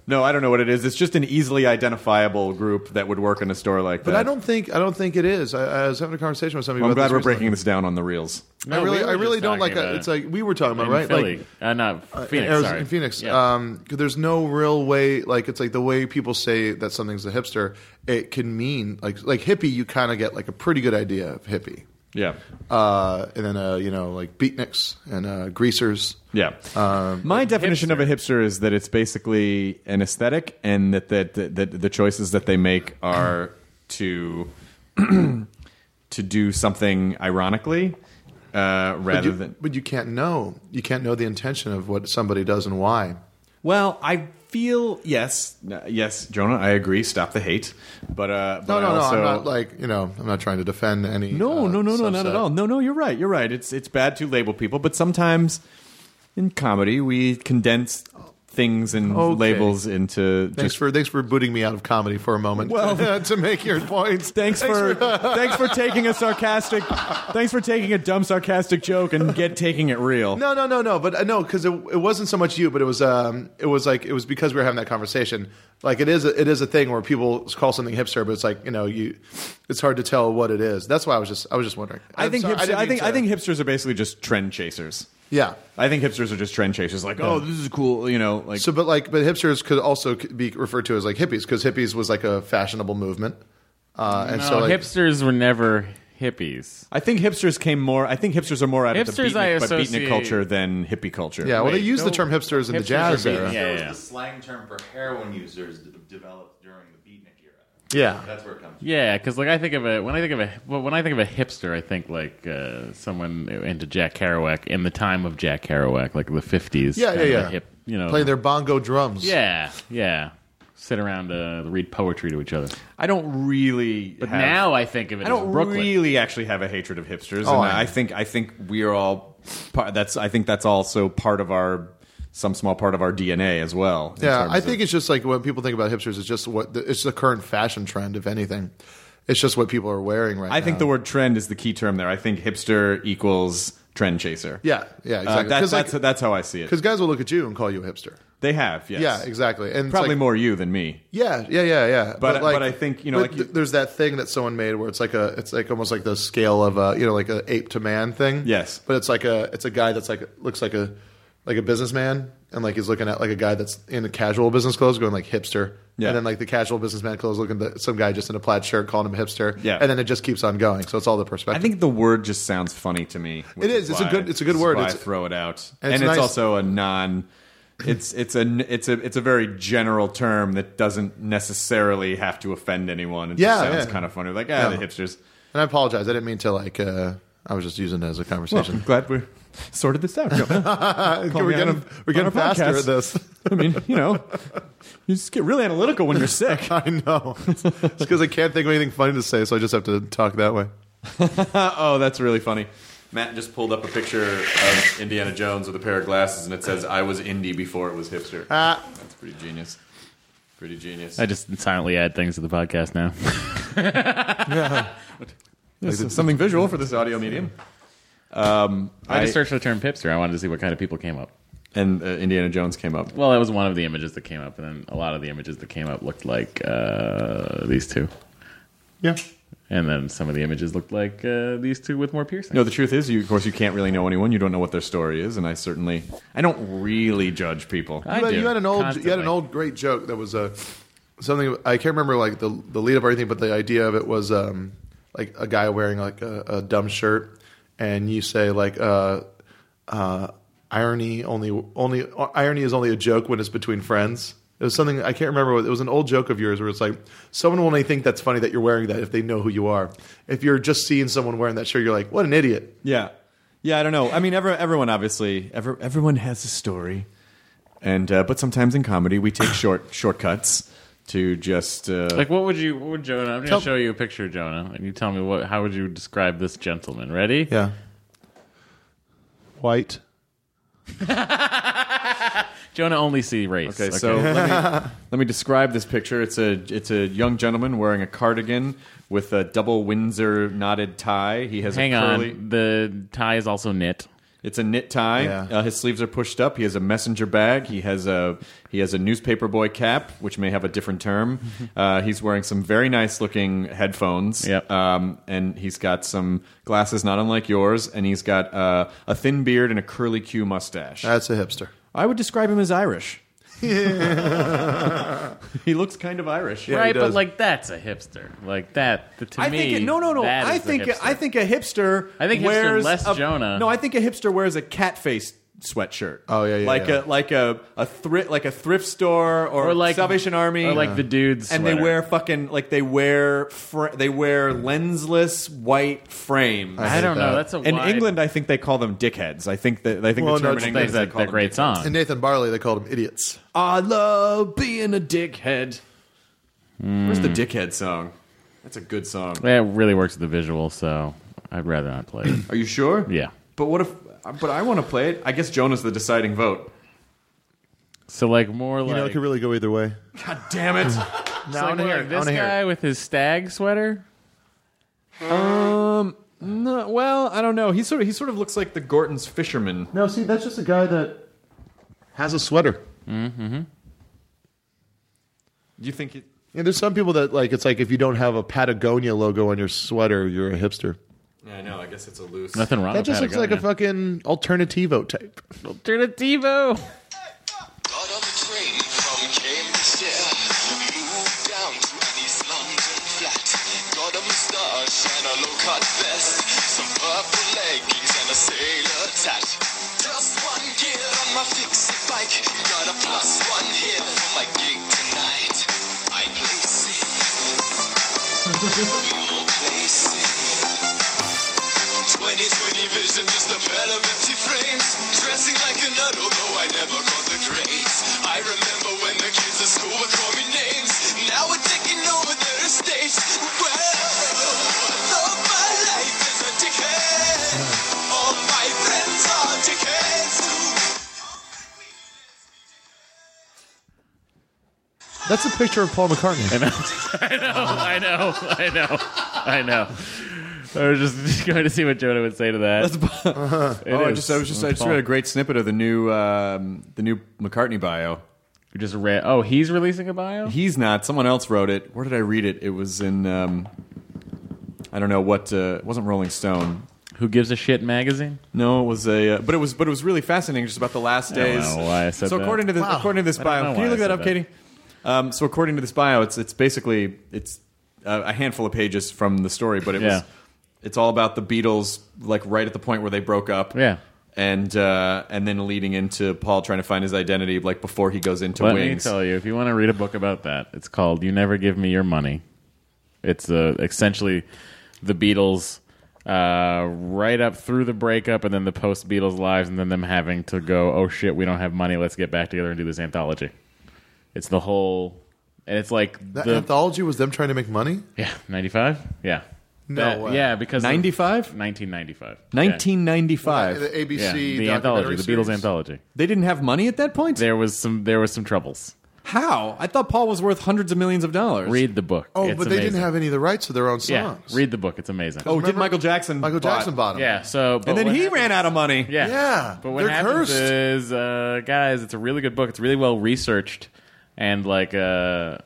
Speaker 3: No, I don't know what it is. It's just an easily identifiable group that would work in a store like that.
Speaker 8: But I don't think I don't think it is. I, I was having a conversation with somebody.
Speaker 3: I'm
Speaker 8: about
Speaker 3: glad
Speaker 8: this
Speaker 3: we're
Speaker 8: recently.
Speaker 3: breaking this down on the reels.
Speaker 6: No,
Speaker 8: I really,
Speaker 6: we were
Speaker 8: I really
Speaker 6: just
Speaker 8: don't
Speaker 6: talking
Speaker 8: like.
Speaker 6: about
Speaker 8: A,
Speaker 6: it.
Speaker 8: it's like we were talking about
Speaker 6: in
Speaker 8: right,
Speaker 6: Philly,
Speaker 8: like
Speaker 6: uh, not Phoenix.
Speaker 8: Arizona-
Speaker 6: sorry.
Speaker 8: in Phoenix.
Speaker 6: Yeah.
Speaker 8: Um, 'cause there's no real way. Like it's like the way people say that something's a hipster. It can mean like like hippie. You kind of get like a pretty good idea of hippie.
Speaker 3: Yeah.
Speaker 8: Uh, and then uh, you know like beatniks and uh, greasers.
Speaker 3: Yeah. My definition of a uh, hipster is that it's basically an aesthetic and that, that, that, that the choices that they make are to (clears throat) to do something ironically uh,
Speaker 8: But
Speaker 3: rather
Speaker 8: you,
Speaker 3: than
Speaker 8: but you can't know. You can't know the intention of what somebody does and why.
Speaker 3: Well, I feel yes, n- yes, Jonah, I agree. Stop the hate, but uh,
Speaker 8: No,
Speaker 3: but I
Speaker 8: no, no.
Speaker 3: also-
Speaker 8: I'm not like you know. I'm not trying to defend any.
Speaker 3: no,
Speaker 8: uh,
Speaker 3: no, no, no, not at
Speaker 8: subset.
Speaker 3: all. No, no, you're right. You're right. It's it's bad to label people, but sometimes in comedy we condense things and
Speaker 8: Okay.
Speaker 3: labels into
Speaker 8: Thanks
Speaker 3: just.
Speaker 8: for thanks for booting me out of comedy for a moment.
Speaker 3: Well-
Speaker 8: (laughs) to make your points.
Speaker 3: Thanks for
Speaker 8: (laughs)
Speaker 3: thanks for taking a sarcastic, thanks for taking a dumb sarcastic joke and get taking it real.
Speaker 8: No, no, no, no. But uh, no, because it, it wasn't so much you, but it was um, it was like it was because we were having that conversation. Like it is, a, it is a thing where people call something hipster, but it's like you know, you, it's hard to tell what it is. That's why I was just, I was just wondering.
Speaker 3: I
Speaker 8: I'm
Speaker 3: think
Speaker 8: sorry,
Speaker 3: hipster,
Speaker 8: didn't
Speaker 3: I
Speaker 8: mean
Speaker 3: think
Speaker 8: to-
Speaker 3: I think hipsters are basically just trend chasers.
Speaker 8: yeah.
Speaker 3: I think hipsters are just trend chasers. Like, oh, this is cool, you know. Like,
Speaker 8: So, but like, but hipsters could also be referred to as like hippies because hippies was like a fashionable movement, uh, and
Speaker 6: no,
Speaker 8: so like,
Speaker 6: hipsters were never hippies.
Speaker 3: I think hipsters came more. I think hipsters are more out of the
Speaker 6: Hipsters I
Speaker 3: beatnik, but beatnik
Speaker 6: associate-
Speaker 3: culture than hippie culture.
Speaker 8: yeah. well, they
Speaker 6: Wait,
Speaker 8: used the
Speaker 6: no.
Speaker 8: term hipsters in the
Speaker 6: Hipsters
Speaker 8: jazz
Speaker 6: are
Speaker 8: era.
Speaker 6: beatnik. Yeah,
Speaker 4: It was
Speaker 6: yeah.
Speaker 4: the slang term for heroin users d- developed during the beatnik era.
Speaker 8: Yeah.
Speaker 4: That's where it comes from.
Speaker 6: Yeah, because like I think of a when I think of a well, when I think of a hipster, I think like uh, someone into Jack Kerouac in the time of Jack Kerouac, like the fifties.
Speaker 8: Yeah, yeah, yeah.
Speaker 6: Hip, you know,
Speaker 8: Play their bongo drums.
Speaker 6: yeah, yeah. Sit around uh, read poetry to each other.
Speaker 3: I don't really.
Speaker 6: But
Speaker 3: have-
Speaker 6: now I think of it.
Speaker 3: I don't
Speaker 6: as Brooklyn.
Speaker 3: really actually have a hatred of hipsters,
Speaker 8: Oh,
Speaker 3: and
Speaker 8: I-
Speaker 3: I, think I think we are all. Part, that's I think that's also part of our some small part of our DNA as well. in
Speaker 8: Yeah,
Speaker 3: terms
Speaker 8: I
Speaker 3: of-
Speaker 8: think it's just like when people think about hipsters, it's just what the, it's the current fashion trend, if anything. It's just what people are wearing right now.
Speaker 3: I think the word trend is the key term there. I think hipster equals trend chaser.
Speaker 8: yeah, yeah,
Speaker 3: Uh,
Speaker 8: exactly.
Speaker 3: that-
Speaker 8: Because
Speaker 3: that's that's how I see it.
Speaker 8: guys will look at you and call you a hipster.
Speaker 3: They have yes,
Speaker 8: Yeah, exactly. And it's
Speaker 3: Probably
Speaker 8: like-
Speaker 3: more you than me.
Speaker 8: Yeah, yeah, yeah, yeah. But,
Speaker 3: but I think, you know, like
Speaker 8: but
Speaker 3: you-
Speaker 8: th- there's that thing that someone made where it's like a, it's like almost like the scale of a, you know, like a ape to man thing.
Speaker 3: Yes.
Speaker 8: but it's like a, it's a guy that's like looks like a, like a businessman, and like he's looking at like a guy that's in a casual business clothes, going like hipster.
Speaker 3: Yeah.
Speaker 8: And then like the casual businessman clothes, looking at some guy just in a plaid shirt, calling him hipster.
Speaker 3: Yeah.
Speaker 8: And then it just keeps on going. So it's all the
Speaker 3: I
Speaker 8: perspective.
Speaker 3: think the word just sounds funny to me. which
Speaker 8: It is. It's a
Speaker 3: why-
Speaker 8: good- it's a good
Speaker 3: which is
Speaker 8: word.
Speaker 3: why I
Speaker 8: It's-
Speaker 3: throw it out,
Speaker 8: and
Speaker 3: and
Speaker 8: it's
Speaker 3: it's,
Speaker 8: nice.
Speaker 3: also a non. It's it's a n- it's a it's a very general term that doesn't necessarily have to offend anyone. It
Speaker 8: Yeah,
Speaker 3: just sounds
Speaker 8: yeah.
Speaker 3: kind of funny, like ah,
Speaker 8: Yeah.
Speaker 3: the hipsters.
Speaker 8: and I apologize. I didn't mean to like. uh I was just using it as a conversation.
Speaker 3: I'm glad we sorted this out.
Speaker 8: (laughs) Can we get him- we're getting faster at this.
Speaker 3: I mean, you know, you just get really analytical when you're sick.
Speaker 8: (laughs) I know.
Speaker 3: (laughs)
Speaker 8: It's (laughs) because I can't think of anything funny to say, so I just have to talk that way.
Speaker 3: oh, that's really funny. Matt just pulled up a picture of Indiana Jones with a pair of glasses, and it says, "I was indie before it was hipster."
Speaker 8: Ah.
Speaker 3: That's pretty genius. Pretty genius.
Speaker 6: I just silently add things to the podcast now.
Speaker 3: Yes, something visual for this audio medium. Um,
Speaker 6: I, just searched for the term hipster. I wanted to see what kind of people came up.
Speaker 3: and uh, Indiana Jones came up.
Speaker 6: Well, that was one of the images that came up, and then a lot of the images that came up looked like uh, these two,
Speaker 8: Yeah.
Speaker 6: and then some of the images looked like uh, these two with more piercings.
Speaker 3: No, the truth is, you of course you can't really know anyone. You don't know what their story is, and I certainly, I don't really judge people.
Speaker 6: I
Speaker 8: You had,
Speaker 6: do,
Speaker 8: you had an old you had an
Speaker 6: constantly.
Speaker 8: old great joke that was uh, something I can't remember like the the lead up or anything, but the idea of it was um, like a guy wearing like a, a dumb shirt, and you say like uh, uh, irony only only irony is only a joke when it's between friends. It was something I can't remember. what- It was an old joke of yours where it's like someone will only think that's funny that you're wearing that if they know who you are. If you're just seeing someone wearing that shirt, you're like, what an idiot.
Speaker 3: Yeah, yeah. I don't know. I mean, every, everyone obviously, every, everyone has a story, and uh, but sometimes in comedy we take short shortcuts to just uh,
Speaker 6: Like, what would you? What would Jonah? I'm going to show you a picture of Jonah, and you tell me what. How would you describe this gentleman? Ready?
Speaker 8: Yeah. White.
Speaker 6: Jonah only see race.
Speaker 3: Okay,
Speaker 6: (laughs)
Speaker 3: so let me, let me describe this picture. It's a it's a young gentleman wearing a cardigan with a double Windsor knotted tie. He has
Speaker 6: hang
Speaker 3: a
Speaker 6: on.
Speaker 3: curly.
Speaker 6: The tie is also knit.
Speaker 3: It's a knit tie.
Speaker 8: Yeah.
Speaker 3: Uh, his sleeves are pushed up. He has a messenger bag. He has a he has a newspaper boy cap, which may have a different term. uh, he's wearing some very nice looking headphones.
Speaker 6: Yep.
Speaker 3: Um, and he's got some glasses, not unlike yours. And he's got uh, a thin beard and a curly Q mustache.
Speaker 8: That's a hipster.
Speaker 3: I would describe him as
Speaker 8: (laughs)
Speaker 3: Irish. he looks kind of Irish.
Speaker 8: Yeah, he
Speaker 6: right, but
Speaker 8: does.
Speaker 6: like that's a hipster. Like that to
Speaker 3: I
Speaker 6: me.
Speaker 3: think no, no, no.
Speaker 6: that is
Speaker 3: I
Speaker 6: the
Speaker 3: think
Speaker 6: hipster.
Speaker 3: I think a hipster.
Speaker 6: I think hipster
Speaker 3: wears
Speaker 6: less
Speaker 3: a,
Speaker 6: Jonah.
Speaker 3: No, I think a hipster wears a cat face sweatshirt.
Speaker 8: Oh, yeah, yeah,
Speaker 3: Like
Speaker 8: yeah.
Speaker 3: a like a a thrift like a thrift store or,
Speaker 6: or like
Speaker 3: Salvation Army
Speaker 6: or like the dudes
Speaker 3: and they wear fucking like they wear fr- they wear lensless white frames.
Speaker 6: I don't know.
Speaker 8: Uh,
Speaker 6: That's a
Speaker 3: In
Speaker 6: wide-
Speaker 3: England, I think they call them dickheads. I think that I think
Speaker 8: Well,
Speaker 3: the
Speaker 8: no,
Speaker 3: term
Speaker 8: it's
Speaker 3: in England
Speaker 6: That's
Speaker 3: is
Speaker 6: that,
Speaker 3: they call
Speaker 6: that
Speaker 3: them
Speaker 6: great
Speaker 3: dickheads.
Speaker 6: song.
Speaker 8: And Nathan Barley, they called him idiots.
Speaker 3: I love being a dickhead. Where's the dickhead song? That's a good song.
Speaker 6: Yeah, it really works with the visual, so I'd rather not play (coughs) it.
Speaker 3: Are you sure?
Speaker 6: Yeah.
Speaker 3: But what if? But I want to play it. I guess Jonah's the deciding vote.
Speaker 6: So like more like
Speaker 8: You know, it could really go either way.
Speaker 3: God damn it!
Speaker 6: so, like,
Speaker 8: wanna
Speaker 6: more like
Speaker 8: hear it. I
Speaker 6: this
Speaker 8: wanna hear
Speaker 6: guy
Speaker 8: it.
Speaker 6: with his stag sweater.
Speaker 3: um. No, well, I don't know. He sort of he sort of looks like the Gorton's fisherman.
Speaker 8: No, see, that's just a guy that has a sweater.
Speaker 3: Do you think? It,
Speaker 8: Yeah, there's some people that like it's like if you don't have a Patagonia logo on your sweater, you're a hipster.
Speaker 3: I know. I guess it's a loose. (laughs)
Speaker 6: Nothing wrong
Speaker 8: That
Speaker 6: with
Speaker 8: just looks like a
Speaker 6: Patagonia.
Speaker 8: fucking alternativo type.
Speaker 6: alternativo.
Speaker 9: Got on the train from Cambridge. Moved down to an East London flat. Got a moustache and a low-cut vest. Some purple leggings and a sailor tat. Just one gear on my fixie bike. Got a plus one here for my gig tonight. I play safe. (laughs) We all play safe. 2020 vision, just a pair of empty frames. Dressing like a nut, although I never got the grades. I remember when the kids at school would call me names. Now we're taking over their estates. Well, all my life is a dickhead. All my friends are dickheads.
Speaker 8: That's a picture of Paul McCartney.
Speaker 6: (laughs) I know, I know, I know. I was just (laughs) going to see what Jonah would say to that. It
Speaker 3: Oh, I
Speaker 6: is.
Speaker 3: just I was just I just
Speaker 6: Paul.
Speaker 3: read a great snippet of the new um, the new McCartney bio.
Speaker 6: You just read. Oh, he's releasing a bio.
Speaker 3: He's not. Someone else wrote it. Where did I read it? It was in. Um, I don't know what. Uh, it wasn't Rolling Stone.
Speaker 6: Who gives a shit magazine?
Speaker 3: No, it was a, uh, but it was, but it was really fascinating, just about the last days.
Speaker 6: know why I said
Speaker 3: so
Speaker 6: that.
Speaker 3: according to this,
Speaker 8: Wow.
Speaker 3: according to this
Speaker 6: I don't know
Speaker 3: bio, can
Speaker 6: why
Speaker 3: you look
Speaker 6: I
Speaker 3: that
Speaker 6: said
Speaker 3: up,
Speaker 6: that.
Speaker 3: Katie? Um, so according to this bio, it's it's basically it's uh, a handful of pages from the story, but it
Speaker 6: Yeah.
Speaker 3: was it's all about the Beatles, like right at the point where they broke up,
Speaker 6: Yeah.
Speaker 3: and uh, and then leading into Paul trying to find his identity, like before he goes into
Speaker 6: Let
Speaker 3: Wings.
Speaker 6: me tell you, if you want to read a book about that, it's called "You Never Give Me Your Money." It's uh, essentially the Beatles uh, right up through the breakup, and then the post Beatles lives, and then them having to go, "Oh shit, we don't have money. Let's get back together and do this anthology." It's the whole, and it's like
Speaker 8: That
Speaker 6: the
Speaker 8: anthology was them trying to make money.
Speaker 6: yeah, ninety five, yeah,
Speaker 8: No
Speaker 6: That-
Speaker 8: way.
Speaker 6: yeah, because of-
Speaker 3: 95?
Speaker 6: 1995. Yeah.
Speaker 3: 1995.
Speaker 8: The ABC
Speaker 6: Yeah, the
Speaker 8: documentary
Speaker 6: anthology, the
Speaker 8: series.
Speaker 6: Beatles anthology.
Speaker 3: They didn't have money at that point.
Speaker 6: There was some, there was some troubles.
Speaker 3: How? I thought Paul was worth hundreds of millions of dollars.
Speaker 6: Read the book.
Speaker 8: Oh,
Speaker 6: It's
Speaker 8: but they
Speaker 6: amazing.
Speaker 8: didn't have any of the rights to their own songs.
Speaker 6: Yeah, read the book. It's amazing.
Speaker 3: oh, did
Speaker 8: Remember-
Speaker 3: Michael Jackson?
Speaker 8: Michael
Speaker 3: bought-
Speaker 8: Jackson bought them.
Speaker 6: Yeah, so but
Speaker 3: and then
Speaker 6: what
Speaker 3: he
Speaker 6: happens-
Speaker 3: ran out of money.
Speaker 6: Yeah,
Speaker 8: Yeah,
Speaker 6: But what
Speaker 8: they're
Speaker 6: happens
Speaker 8: cursed.
Speaker 6: is, uh, guys, it's a really good book. It's really well researched, and like, uh,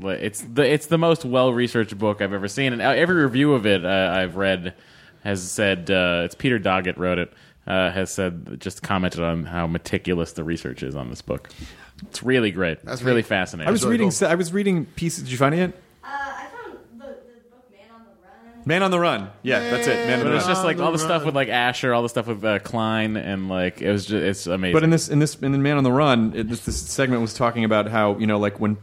Speaker 6: li- it's the it's the most well researched book I've ever seen. And uh, every review of it uh, I've read has said uh, it's Peter Doggett wrote it. Uh, has said just commented on how meticulous the research is on this book. It's really great. it's really
Speaker 8: neat.
Speaker 6: fascinating.
Speaker 3: I was
Speaker 8: really
Speaker 3: reading.
Speaker 8: cool.
Speaker 3: I was reading pieces. Did you find it yet?
Speaker 10: Uh, I found the, the book Man on the Run.
Speaker 3: Man on the Run. Yeah, that's it. Man on the
Speaker 6: But
Speaker 3: Run.
Speaker 6: it's just like all the stuff with like Asher, all the stuff with uh, Klein, and like it was just it's amazing.
Speaker 3: But in this, in this, in the Man on the Run, it, this, this segment was talking about how you know, like when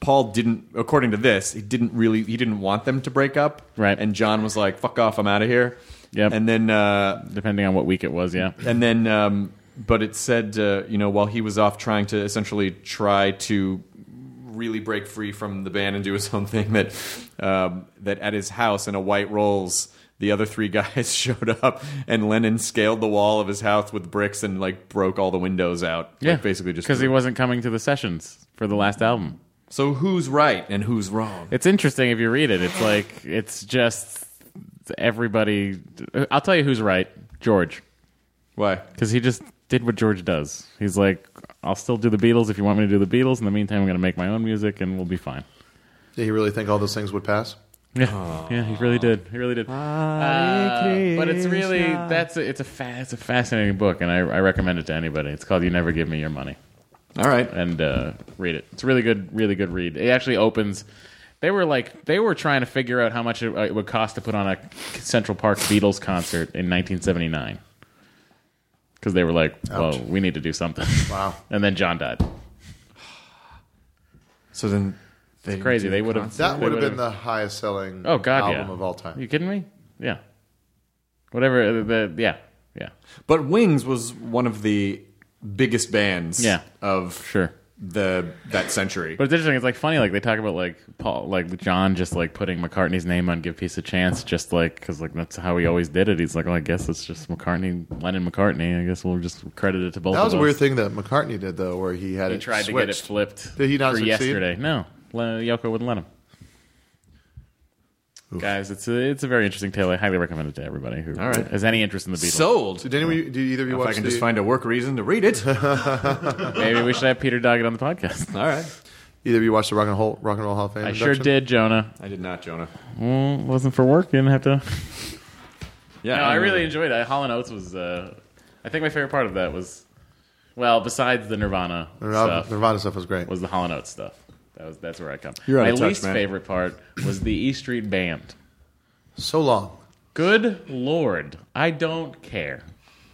Speaker 3: Paul didn't, according to this, he didn't really, he didn't want them to break up,
Speaker 6: Right.
Speaker 3: And John was like, "Fuck off, I'm out of here."
Speaker 6: Yep.
Speaker 3: And then, uh,
Speaker 6: depending on what week it was, yeah.
Speaker 3: and then, um, but it said, uh, you know, while he was off trying to essentially try to really break free from the band and do his own thing, that um, that at his house in a white rolls. The other three (laughs) guys showed up, and Lennon scaled the wall of his house with bricks and like broke all the windows out. Like,
Speaker 6: Yeah,
Speaker 3: basically just
Speaker 6: because he wasn't coming to the sessions for the last album.
Speaker 3: So who's right and who's wrong?
Speaker 6: It's interesting if you read it. It's like it's just everybody. I'll tell you who's right, George,
Speaker 3: Why?
Speaker 6: because he just did what George does. He's like, I'll still do the Beatles if you want me to do the Beatles. In the meantime, I'm going to make my own music, and we'll be fine.
Speaker 8: Did he really think all those things would pass?
Speaker 6: Yeah, yeah, he really did. He really did. Uh, but it's really that's a, it's a fa- it's a fascinating book, and I, I recommend it to anybody. It's called "You Never Give Me Your Money."
Speaker 3: All right.
Speaker 6: and uh, read it. It's a really good, really good read. It actually opens. They were like they were trying to figure out how much it, uh, it would cost to put on a Central Park Beatles concert in 1979 because they were like, "Well, we need to do something."
Speaker 8: Wow.
Speaker 6: (laughs) and then John died.
Speaker 3: So then, they
Speaker 6: Crazy. They would have.
Speaker 8: That
Speaker 6: they
Speaker 8: would have
Speaker 6: would've-
Speaker 8: been the highest selling
Speaker 6: oh god
Speaker 8: album
Speaker 6: yeah.
Speaker 8: of all time.
Speaker 6: You kidding me? Yeah. Whatever. uh, The, yeah. Yeah.
Speaker 3: But Wings was one of the biggest bands.
Speaker 6: Yeah.
Speaker 3: Of
Speaker 6: Sure.
Speaker 3: the that century.
Speaker 6: But it's interesting. It's like funny. Like they talk about like Paul, like John, just like putting McCartney's name on "Give Peace a Chance," just like because like that's how he always did it. He's like, well, I guess it's just McCartney, Lennon, McCartney. I guess we'll just credit it to both.
Speaker 8: That was a
Speaker 6: of
Speaker 8: weird
Speaker 6: us.
Speaker 8: thing that McCartney did though, where he had
Speaker 6: He
Speaker 8: it
Speaker 6: tried to get it
Speaker 8: switched.
Speaker 6: flipped.
Speaker 8: Did he not
Speaker 6: for
Speaker 8: succeed?
Speaker 6: yesterday? No, Le- Yoko wouldn't let him. Guys, it's a it's a very interesting tale. I highly recommend it to everybody who
Speaker 3: right.
Speaker 6: has any interest in the Beatles.
Speaker 3: Sold.
Speaker 8: Did anyone? Did either of you
Speaker 3: If
Speaker 8: watch?
Speaker 3: I can
Speaker 8: the,
Speaker 3: just find a work reason to read (laughs) it. All
Speaker 6: Maybe we should have Peter Doggett on the
Speaker 8: (laughs)
Speaker 6: podcast.
Speaker 3: right.
Speaker 8: Either of you watched the Rock and Roll Rock and Roll Hall of Fame?
Speaker 6: I sure
Speaker 8: induction?
Speaker 6: did, Jonah.
Speaker 3: I did not, Jonah.
Speaker 6: Well, wasn't for work. You didn't have to.
Speaker 3: Yeah.
Speaker 6: No, I really enjoyed it. Hall and Oates was. Uh, I think my favorite part of that was, well, besides the Nirvana
Speaker 8: Nirvana,
Speaker 6: stuff,
Speaker 8: Nirvana stuff was great.
Speaker 6: was the Hall and Oates stuff. That was that's where I come.
Speaker 3: You're out
Speaker 6: my
Speaker 3: of touch,
Speaker 6: least
Speaker 3: man.
Speaker 6: favorite part was the E Street Band.
Speaker 8: so long.
Speaker 6: Good lord, I don't care.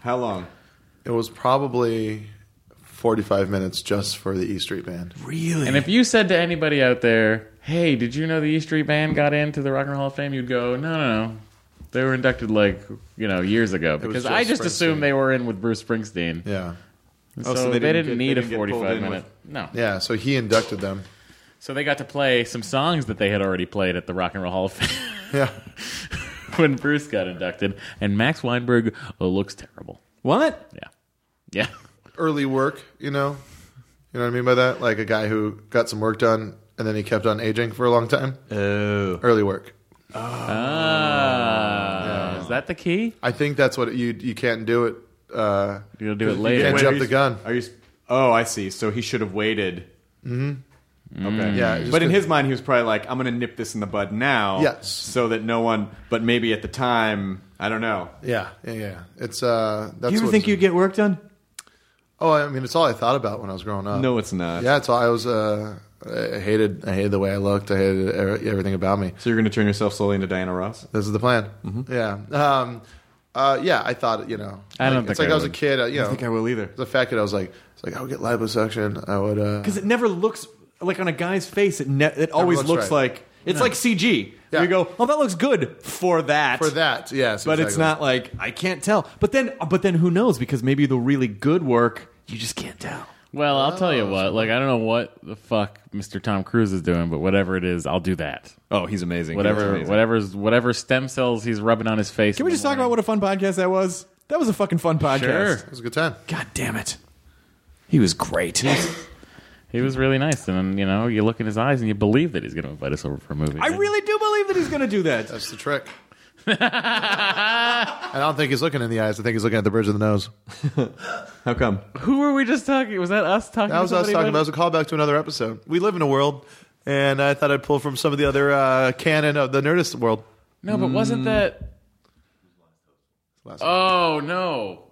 Speaker 3: How long?
Speaker 8: It was probably forty-five minutes just for the E Street Band.
Speaker 3: Really?
Speaker 6: And if you said to anybody out there, "Hey, did you know the E Street Band got into the Rock and Roll Hall of Fame?" You'd go, "No, no, no." They were inducted like you know years ago because I
Speaker 8: just
Speaker 6: just assumed
Speaker 8: Springsteen.
Speaker 6: they were in with Bruce Springsteen.
Speaker 8: Yeah,
Speaker 6: So,
Speaker 3: Oh, so
Speaker 6: they,
Speaker 3: they didn't
Speaker 6: didn't,
Speaker 3: get-
Speaker 6: need
Speaker 3: they didn't
Speaker 6: a
Speaker 3: get pulled
Speaker 6: forty-five
Speaker 3: in
Speaker 6: minute. No,
Speaker 8: yeah. So he inducted them.
Speaker 6: So they got to play some songs that they had already played at the Rock and Roll Hall of Fame (laughs)
Speaker 8: Yeah,
Speaker 6: when Bruce got inducted, and Max Weinberg oh, looks terrible.
Speaker 3: what?
Speaker 6: Yeah, yeah,
Speaker 8: early work. You know, you know what I mean by that. Like a guy who got some work done and then he kept on aging for a long time.
Speaker 3: Oh.
Speaker 8: Early work.
Speaker 6: Ah, (laughs) is that the key?
Speaker 8: I think that's what you you can't do it. Uh,
Speaker 6: You'll do it
Speaker 8: you
Speaker 6: later.
Speaker 8: can't
Speaker 3: Wait, are
Speaker 8: jump
Speaker 3: you-
Speaker 8: the gun.
Speaker 3: Are you? s- Oh, I see. So he should have waited. Mm-hmm. Okay.
Speaker 8: Yeah, just
Speaker 3: But in
Speaker 8: to-
Speaker 3: his mind, he was probably like, "I'm going to nip this in the bud now,
Speaker 8: Yes.
Speaker 3: so that no one." But maybe at the time, I don't know.
Speaker 8: Yeah, yeah, yeah. It's uh. That's
Speaker 3: you ever
Speaker 8: what's-
Speaker 3: think you'd get work done?
Speaker 8: Oh, I mean, it's all I thought about when I was growing up.
Speaker 3: No, it's not.
Speaker 8: Uh, Yeah, it's all I was. Uh, I hated. I hated the way I looked. I hated er- everything about me.
Speaker 3: So you're going to turn yourself slowly into Diana Ross?
Speaker 8: This is the plan.
Speaker 3: Mm-hmm.
Speaker 8: Yeah. Um, uh, yeah, I thought you know.
Speaker 6: I don't
Speaker 8: like,
Speaker 6: think
Speaker 8: it's like
Speaker 6: I
Speaker 8: I was a
Speaker 6: would.
Speaker 8: kid. uh, You know,
Speaker 3: I think I will either.
Speaker 8: the fact that I was like, it's like I would get liposuction. I would. Uh,
Speaker 3: Because it never looks like on a guy's face. It ne- it always
Speaker 8: looks
Speaker 3: looks,
Speaker 8: right.
Speaker 3: like it's like CG.
Speaker 8: Yeah.
Speaker 3: You go, oh, that looks good for that.
Speaker 8: for that, yes,
Speaker 3: but it's
Speaker 8: exactly.
Speaker 3: not like I can't tell. But then, but then who knows? Because maybe the really good work you just can't tell.
Speaker 6: Well, I'll tell
Speaker 3: Oh,
Speaker 6: you what. Like, I don't know what the fuck Mr. Tom Cruise is doing, but whatever it is, I'll do that.
Speaker 3: Oh, he's amazing. He's
Speaker 6: Whatever,
Speaker 3: amazing.
Speaker 6: whatever's whatever stem cells he's rubbing on his face.
Speaker 3: Can we just talk about what a fun podcast that was? That was a fucking fun podcast.
Speaker 8: It was a good time.
Speaker 3: God damn it. He was great. I
Speaker 6: He was really nice, and you know, you look in his eyes and you believe that he's going to invite us over for a movie.
Speaker 3: really do believe that he's going to do that.
Speaker 8: That's the trick.
Speaker 3: (laughs)
Speaker 8: I don't think he's looking in the eyes. I think he's looking at the bridge of the nose.
Speaker 3: How come?
Speaker 6: Who were we just talking? Was that us talking?
Speaker 8: That
Speaker 6: to
Speaker 8: was us
Speaker 6: somebody
Speaker 8: talking about.
Speaker 6: about
Speaker 8: It was a callback to another episode. We live in a world, and I thought I'd pull from some of the other uh, canon of the Nerdist world.
Speaker 6: No, but wasn't that?
Speaker 8: Last
Speaker 6: Oh no,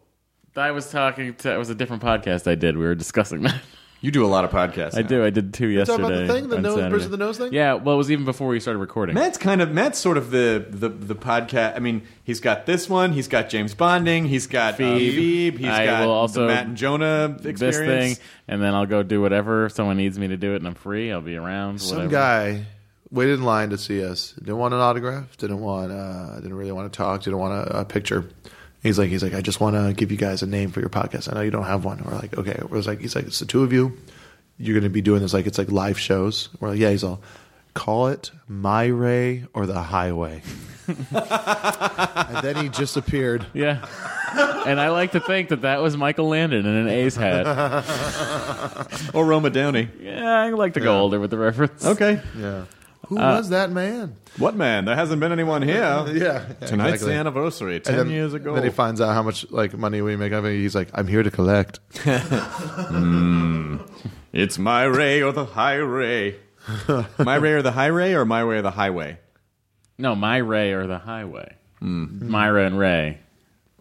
Speaker 6: I was talking to. It was a different podcast I did. We were discussing that.
Speaker 3: You do a lot of podcasts.
Speaker 6: I
Speaker 3: now.
Speaker 6: do. I did two
Speaker 8: talking
Speaker 6: yesterday.
Speaker 8: about the thing, the
Speaker 6: on
Speaker 8: nose-
Speaker 6: Saturday.
Speaker 8: Bridge of the Nose thing?
Speaker 6: Yeah. Well, it was even before we started recording.
Speaker 3: Matt's kind of Matt's sort of the the the podcast. I mean, he's got this one. He's got James Bonding. He's got um, Phoebe.
Speaker 6: Phoebe.
Speaker 3: He's
Speaker 6: I
Speaker 3: got
Speaker 6: will also-
Speaker 3: the Matt and Jonah experience.
Speaker 6: this thing, and then I'll go do whatever. If someone needs me to do it, and I'm free. I'll be around.
Speaker 8: Some
Speaker 6: whatever.
Speaker 8: guy waited in line to see us. Didn't want an autograph. Didn't want. Uh, didn't really want to talk. Didn't want a, a picture. He's like, he's like, I just want to give you guys a name for your podcast. I know you don't have one. We're like, okay. We're like, he's like, it's the two of you. You're going to be doing this like it's like live shows. We're like, yeah. He's all, call it my Ray or the highway. (laughs) and then he just appeared. (laughs)
Speaker 6: Yeah. and I like to think that that was Michael Landon in an A's
Speaker 8: (laughs)
Speaker 6: hat.
Speaker 3: or Oh, Roma Downey.
Speaker 6: yeah, I like to go older with the reference.
Speaker 3: Okay,
Speaker 8: Yeah. Who was that man?
Speaker 3: what man? There hasn't been anyone here.
Speaker 8: Yeah.
Speaker 3: Tonight's
Speaker 8: exactly.
Speaker 3: the anniversary. Ten
Speaker 8: And then,
Speaker 3: years ago.
Speaker 8: then he finds out how much like money we make. I mean, he's like, I'm here to collect.
Speaker 3: It's my ray or the
Speaker 8: (laughs)
Speaker 3: highway. my ray or the highway, or my way or the highway.
Speaker 6: No, my Ray or the highway. Myra and Ray,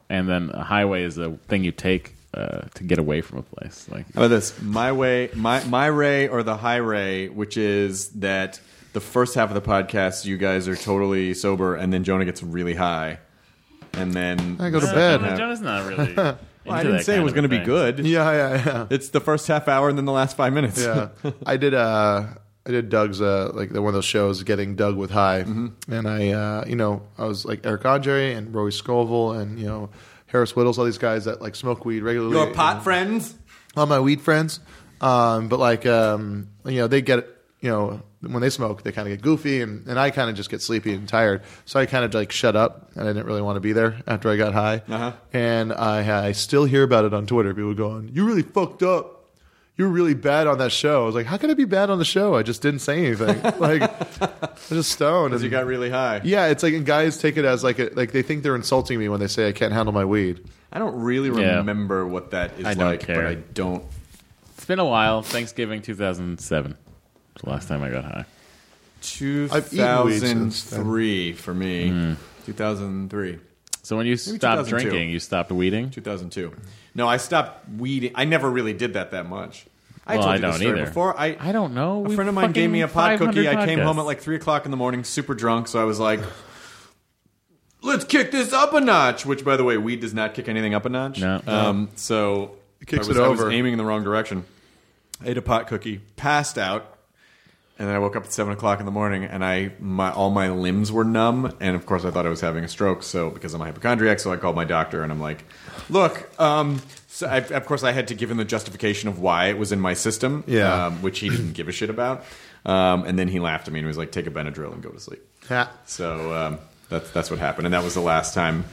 Speaker 6: and then a highway is the thing you take uh, to get away from a place. Like
Speaker 3: How about this? My way, my my ray or the highway, which is that the first half of the podcast you guys are totally sober, and then Jonah gets really high, and then
Speaker 8: I go to bed.
Speaker 6: Jonah- Jonah's
Speaker 3: (laughs)
Speaker 6: not really. Well,
Speaker 3: I didn't say it was going to be good.
Speaker 8: Yeah, yeah, yeah.
Speaker 3: It's the first half hour and then the last five minutes.
Speaker 8: yeah. I did. Uh, I did Doug's uh, like the, one of those shows, getting Doug with high, and I, uh, you know, I was like Eric Andre and Roy Scoville and you know Harris Whittles, all these guys that like smoke weed
Speaker 3: (laughs)
Speaker 8: regularly.
Speaker 3: Your pot friends.
Speaker 8: all my weed friends. Um, but like, um, you know, they get, you know, when they smoke, they kind of get goofy, and, and I kind of just get sleepy and tired. So I kind of like shut up, and I didn't really want to be there after I got high.
Speaker 3: Uh-huh.
Speaker 8: And I, I still hear about it on Twitter. People going, "You really fucked up." You were really bad on that show. I was like, "How could I be bad on the show? I just didn't say anything.
Speaker 3: (laughs)
Speaker 8: like, I was just stoned."
Speaker 3: You
Speaker 8: and-
Speaker 3: got really high.
Speaker 8: yeah, it's like and guys take it as like a, like they think they're insulting me when they say I can't handle my weed.
Speaker 3: I don't really
Speaker 6: Yeah.
Speaker 3: remember what that is
Speaker 6: I don't
Speaker 3: like, but
Speaker 6: care.
Speaker 3: I don't.
Speaker 6: It's been a while. Thanksgiving 2007. It's the last time I got high.
Speaker 8: eaten weed since then.
Speaker 3: 2003 for me.
Speaker 6: Mm.
Speaker 3: 2003.
Speaker 6: So when you stopped
Speaker 3: 2002.
Speaker 6: drinking, you stopped weeding.
Speaker 3: 2002. No, I stopped weeding. I never really did that that much. I
Speaker 6: Well,
Speaker 3: told
Speaker 6: I
Speaker 3: you this
Speaker 6: don't
Speaker 3: story
Speaker 6: either.
Speaker 3: before. I
Speaker 6: I don't know.
Speaker 3: A
Speaker 6: We've
Speaker 3: friend of mine gave me a pot
Speaker 6: fucking
Speaker 3: cookie.
Speaker 6: 500
Speaker 3: I came home at
Speaker 6: podcasts.
Speaker 3: like three o'clock in the morning, super drunk. So I was like, "Let's kick this up a notch." Which, by the way, weed does not kick anything up a notch.
Speaker 6: No.
Speaker 3: Um, so it
Speaker 8: kicks
Speaker 3: I was,
Speaker 8: it
Speaker 3: I was
Speaker 8: over.
Speaker 3: aiming in the wrong direction. I ate a pot cookie, passed out, and then I woke up at seven o'clock in the morning, and I my all my limbs were numb, and of course I thought I was having a stroke. So because I'm a hypochondriac, so I called my doctor, and I'm like, "Look." Um, so I, of course, I had to give him the justification of why it was in my system,
Speaker 8: Yeah.
Speaker 3: um, which he didn't give a shit about. Um, and then he laughed at me and was like, "Take a Benadryl and go to sleep." So um, that's that's what happened, and that was the last time.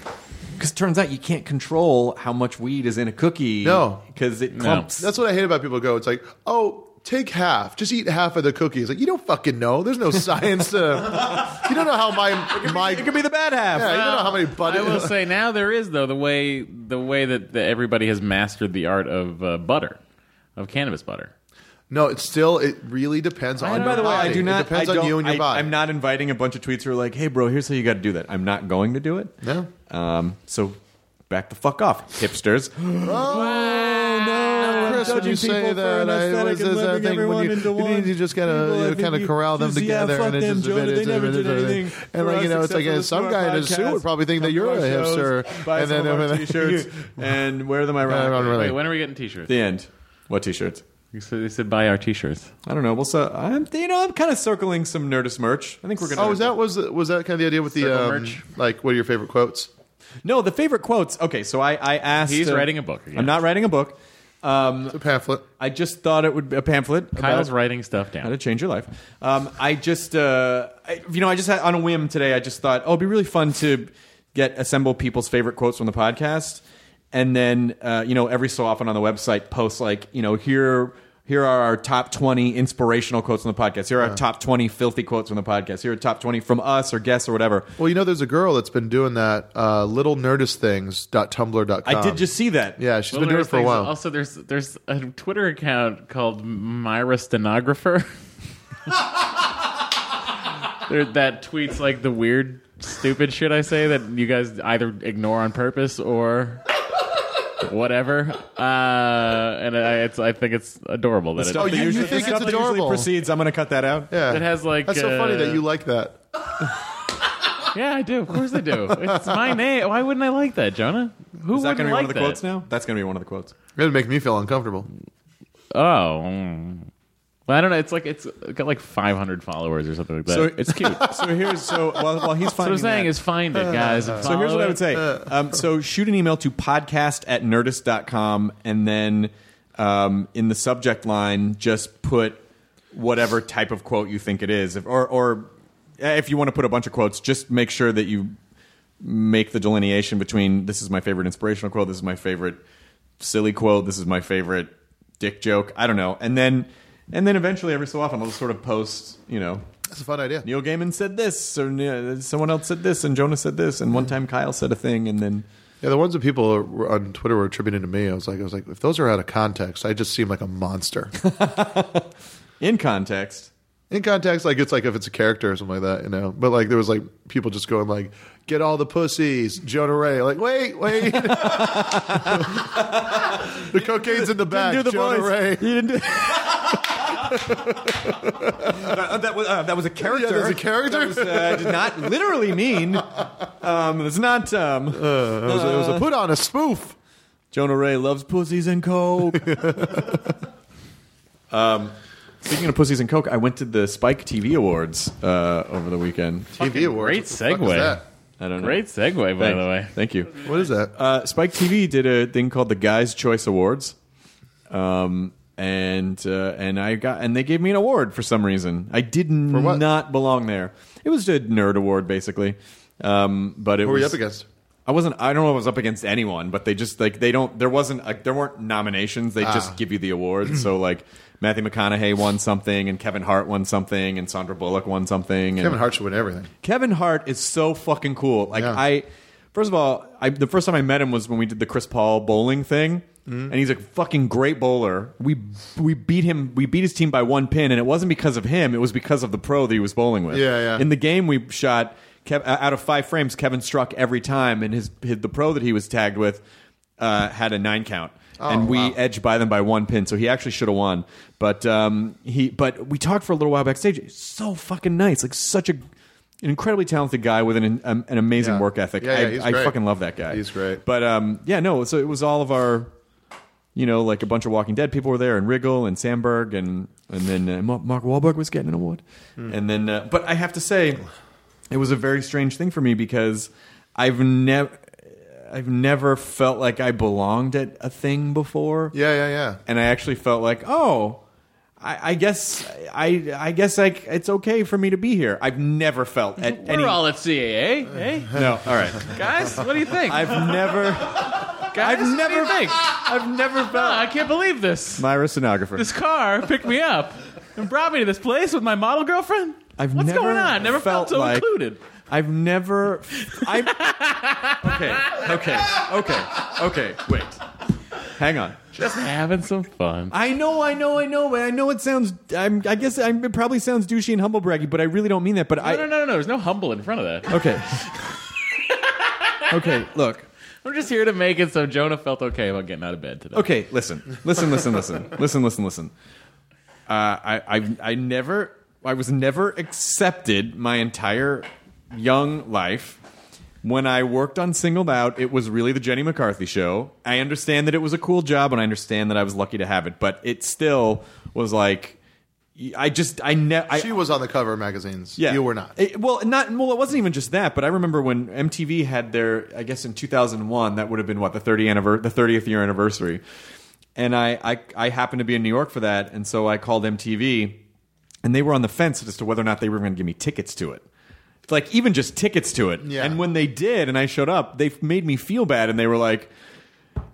Speaker 3: Because turns out you can't control how much weed is in a cookie.
Speaker 8: No.
Speaker 3: because it clumps.
Speaker 8: That's what I hate about people go. It's like, oh, take half. Just eat half of the cookie. It's like you don't fucking know. There's no science to. You don't know how my my.
Speaker 3: it could be the bad half.
Speaker 8: yeah, you don't know how many
Speaker 6: I
Speaker 8: butter. (laughs)
Speaker 6: will say now there is though the way the way that, that everybody has mastered the art of uh, butter, of cannabis butter.
Speaker 8: no, it's still. It really depends on.
Speaker 3: And
Speaker 8: your
Speaker 3: by the way, I
Speaker 8: body.
Speaker 3: do not.
Speaker 8: It depends
Speaker 3: I
Speaker 8: on
Speaker 3: don't-
Speaker 8: you and your
Speaker 3: I,
Speaker 8: body.
Speaker 3: I'm not inviting a bunch of tweets who are like, "Hey, bro, here's how you got to do that." I'm not going to do it.
Speaker 8: No.
Speaker 3: Um, so back the fuck off, hipsters.
Speaker 8: (gasps) Oh, Chris, when you say that, I always says that thing when you, you need to just
Speaker 3: People, I
Speaker 8: gotta
Speaker 3: think
Speaker 8: kind of
Speaker 3: you-
Speaker 8: corral them
Speaker 3: just, yeah,
Speaker 8: together,
Speaker 3: fuck
Speaker 8: and it's
Speaker 3: them,
Speaker 8: just
Speaker 3: Jonah, they never
Speaker 8: (laughs)
Speaker 3: did anything
Speaker 8: and
Speaker 3: for
Speaker 8: like
Speaker 3: us
Speaker 8: you know,
Speaker 3: except
Speaker 8: it's like
Speaker 3: for
Speaker 8: uh,
Speaker 3: this
Speaker 8: some
Speaker 3: for
Speaker 8: guy
Speaker 3: our
Speaker 8: in a suit would
Speaker 3: podcast,
Speaker 8: probably think that
Speaker 3: come
Speaker 8: you're
Speaker 3: to
Speaker 8: a
Speaker 3: our shows,
Speaker 8: hipster,
Speaker 3: buy
Speaker 8: and
Speaker 3: some
Speaker 8: then
Speaker 3: of our
Speaker 8: and then-
Speaker 3: t-shirts,
Speaker 8: (laughs)
Speaker 3: and wear them ironically.
Speaker 8: Really?
Speaker 6: Wait, when are we getting t-shirts?
Speaker 3: The end. What t-shirts?
Speaker 6: You said, they said buy our t-shirts.
Speaker 3: I don't know. Well, so I'm, you know, I'm kind of circling some Nerdist merch. I think we're gonna.
Speaker 8: Oh, was that was was that kind of the idea with the
Speaker 6: Circle
Speaker 8: um,
Speaker 6: merch.
Speaker 8: like what are your favorite quotes?
Speaker 3: No, the favorite quotes. Okay, so I, I asked. uh,
Speaker 6: He's writing a book again.
Speaker 3: I'm not writing a book. Um,
Speaker 8: The pamphlet.
Speaker 3: I just thought it would be a pamphlet.
Speaker 6: Kyle's
Speaker 3: about-
Speaker 6: writing stuff
Speaker 3: How
Speaker 6: down.
Speaker 3: to change your life. Um, I just, uh, I, you know, I just had on a whim today. I just thought, oh, it'd be really fun to get assemble people's favorite quotes from the podcast, and then, uh, you know, every so often on the website, post like, you know, here. Here are our top 20 inspirational quotes from the podcast. Here are our top 20 filthy quotes from the podcast. Here are top 20 from us or guests or whatever.
Speaker 8: Well, you know, there's a girl that's been doing that. Uh, little nerdistthings.tumblr.com.
Speaker 3: I did just see that.
Speaker 8: Um, Yeah, she's
Speaker 6: Well,
Speaker 8: been doing
Speaker 6: there's
Speaker 8: it for a
Speaker 6: things-
Speaker 8: while.
Speaker 6: Also, there's there's a Twitter account called Myra Stenographer. (laughs) there, that tweets like the weird, stupid shit I say that you guys either ignore on purpose or whatever. Uh, and I, it's, I think it's adorable that it,
Speaker 3: Stuff
Speaker 8: Oh,
Speaker 3: that
Speaker 8: you- you
Speaker 3: usually-
Speaker 8: think
Speaker 3: stuff
Speaker 8: it's
Speaker 3: that usually
Speaker 8: adorable.
Speaker 3: proceeds. I'm going to cut that out.
Speaker 8: Yeah,
Speaker 6: It has, like,
Speaker 8: that's so funny
Speaker 6: uh,
Speaker 8: that you like that.
Speaker 6: Yeah, I do. Of course I do. It's my name. Why wouldn't I like that, Jonah? Who
Speaker 3: Is that
Speaker 6: wouldn't
Speaker 3: going to be
Speaker 6: like
Speaker 3: one of the
Speaker 6: that?
Speaker 3: quotes now? That's going to be one of the quotes.
Speaker 8: It'd make me feel uncomfortable.
Speaker 6: Oh. mm. Well, I don't know. It's like it's got like 500 followers or something like that.
Speaker 3: So-
Speaker 6: it's cute.
Speaker 3: (laughs)
Speaker 6: That's
Speaker 3: So here's so while, while he's
Speaker 6: what
Speaker 3: finding
Speaker 6: I'm saying
Speaker 3: that-
Speaker 6: is find it, guys. and
Speaker 3: (laughs) So here's
Speaker 6: follow
Speaker 3: what I
Speaker 6: it.
Speaker 3: would say. Um, so shoot an email to podcast at nerdist.com and then um, in the subject line, just put whatever type of quote you think it is. If, or, or eh, if you want to put a bunch of quotes, just make sure that you make the delineation between this is my favorite inspirational quote, this is my favorite silly quote, this is my favorite dick joke. I don't know. And then. And then eventually, every so often, I'll just sort of post, you know,
Speaker 8: That's a fun idea.
Speaker 3: Neil Gaiman said this, or uh, someone else said this, and Jonah said this, and one time Kyle said a thing, and then
Speaker 8: Yeah, the ones that people were on Twitter were attributing to me, I was like, I was like, if those are out of context, I just seem like
Speaker 3: (laughs)
Speaker 8: a monster.
Speaker 3: in context,
Speaker 8: In context, like it's like if it's a character or something like that, you know. But like there was like people just going like, "Get all the pussies, Jonah Ray." Like, wait, wait, (laughs) the cocaine's in the back, Jonah Ray.
Speaker 3: You didn't do that, that was, uh, that was a character.
Speaker 8: Yeah, there's a character?
Speaker 3: That was, uh, did not literally
Speaker 8: (laughs)
Speaker 3: mean. Um, it's not. Um,
Speaker 8: It was, it was
Speaker 3: Uh,
Speaker 8: a put on a spoof.
Speaker 3: Jonah Ray loves pussies and (laughs) coke. um, speaking of pussies and coke, I went to the Spike TV Awards uh, over the weekend.
Speaker 8: TV awards.
Speaker 6: great
Speaker 8: What the fuck
Speaker 6: segue.
Speaker 8: is that?
Speaker 3: I don't know.
Speaker 6: Great segue, by
Speaker 3: Thank-
Speaker 6: the way.
Speaker 3: Thank you.
Speaker 8: What is that?
Speaker 3: Uh, Spike TV did a thing called the Guys Choice Awards, um, and uh, and I got and they gave me an award for some reason. I did
Speaker 8: what?
Speaker 3: not belong there. It was a nerd award basically, um, but it
Speaker 8: Who were
Speaker 3: was
Speaker 8: you up against?
Speaker 3: I wasn't. I don't know. if I was up against anyone, but they just like they don't. There wasn't. Like, there weren't nominations. They
Speaker 8: Ah.
Speaker 3: just give you the awards. so like Matthew McConaughey won something, and Kevin Hart won something, and Sandra Bullock won something. and
Speaker 8: Kevin Hart should win everything.
Speaker 3: Kevin Hart is so fucking cool. Like
Speaker 8: Yeah.
Speaker 3: I, first of all, I, the first time I met him was when we did the Chris Paul bowling thing, and he's a fucking great bowler. We we beat him. We beat his team by one pin, and it wasn't because of him. It was because of the pro that he was bowling with.
Speaker 8: Yeah, yeah.
Speaker 3: In the game we shot Kev, out of five frames, Kevin struck every time, and his, his the pro that he was tagged with uh, had a nine count. and we
Speaker 8: Oh, wow.
Speaker 3: edged by them by one pin, so he actually should have won. But um, he, but we talked for a little while backstage. He's So fucking nice, like such a an incredibly talented guy with an um, an amazing
Speaker 8: Yeah.
Speaker 3: work ethic.
Speaker 8: Yeah, yeah, he's
Speaker 3: I, I
Speaker 8: great.
Speaker 3: fucking love that guy.
Speaker 8: He's great.
Speaker 3: But um, yeah, no. So it was all of our, you know, like a bunch of Walking Dead people were there, and Riggle and Sandberg, and and then uh, Ma- Mark Wahlberg was getting an award, and then. Uh, but I have to say, it was a very strange thing for me because I've never. I've never felt like I belonged at a thing before
Speaker 8: Yeah, yeah, yeah.
Speaker 3: and I actually felt like, oh, I, I guess I I guess like it's okay for me to be here. I've never felt at
Speaker 6: We're
Speaker 3: any
Speaker 6: all at CAA, eh?
Speaker 3: no. All right,
Speaker 6: Guys, what do you
Speaker 3: (laughs)
Speaker 6: think?
Speaker 3: I've never
Speaker 6: (laughs)
Speaker 3: I've
Speaker 6: Guys, what do you
Speaker 3: never-
Speaker 6: think?
Speaker 3: (laughs) I've never
Speaker 6: Oh,
Speaker 3: felt
Speaker 6: I can't believe this.
Speaker 3: Myra stenographer.
Speaker 6: This car picked me up and brought me to this place with my model girlfriend.
Speaker 3: I've
Speaker 6: What's
Speaker 3: never
Speaker 6: going on? Never
Speaker 3: felt
Speaker 6: felt, so
Speaker 3: like-
Speaker 6: included.
Speaker 3: I've never. I okay, okay, okay, okay. Wait, hang on.
Speaker 6: Just having some fun.
Speaker 3: I know, I know, I know, but I know it sounds. I'm, I guess I'm, it probably sounds douchey and humble braggy, but I really don't mean that. But I
Speaker 6: No, no, no, no, no. There's no humble in front of that. (laughs)
Speaker 3: okay, okay. Look,
Speaker 6: We're just here to make it so Jonah felt okay about getting out of bed today.
Speaker 3: Okay, listen, listen, listen, listen, listen, listen, listen. Uh, I, I, I never, I was never accepted my entire young life. When I worked on Singled Out, it was really the Jenny McCarthy show. I understand that it was a cool job, and I understand that I was lucky to have it, but it still was like, I just, I never.
Speaker 8: She was on the cover of magazines.
Speaker 3: Yeah.
Speaker 8: You were not.
Speaker 3: It- well, not well. It wasn't even just that, but I remember when MTV had their, I guess in 2001, that would have been what the 30 anniver- the 30th year anniversary, and I, I I happened to be in New York for that, and so I called MTV, and they were on the fence as to whether or not they were going to give me tickets to it. It's Like even just tickets to it,
Speaker 8: Yeah.
Speaker 3: and when they did, and I showed up, they made me feel bad, and they were like,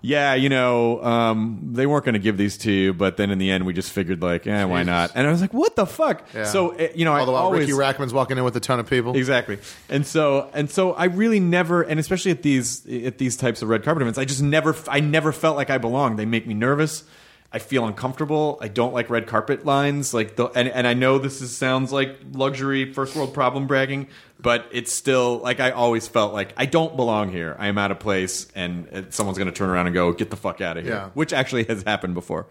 Speaker 3: yeah, you know, um, they weren't going to give these to you, but then in the end, we just figured like, eh, why not? And I was like, what the fuck?
Speaker 8: Yeah.
Speaker 3: So eh, you know,
Speaker 8: All the
Speaker 3: I
Speaker 8: while
Speaker 3: always
Speaker 8: Ricky Rackman's walking in with a ton of people.
Speaker 3: exactly, and so and so I really never, and especially at these at these types of red carpet events, I just never, I never felt like I belonged. They make me nervous. I feel uncomfortable. I don't like red carpet lines. Like the and, and I know this is, sounds like luxury first world problem bragging, but it's still like I always felt like I don't belong here. I am out of place, and uh, someone's going to turn around and go, "Get the fuck out of here,"
Speaker 8: Yeah.
Speaker 3: which actually has happened before.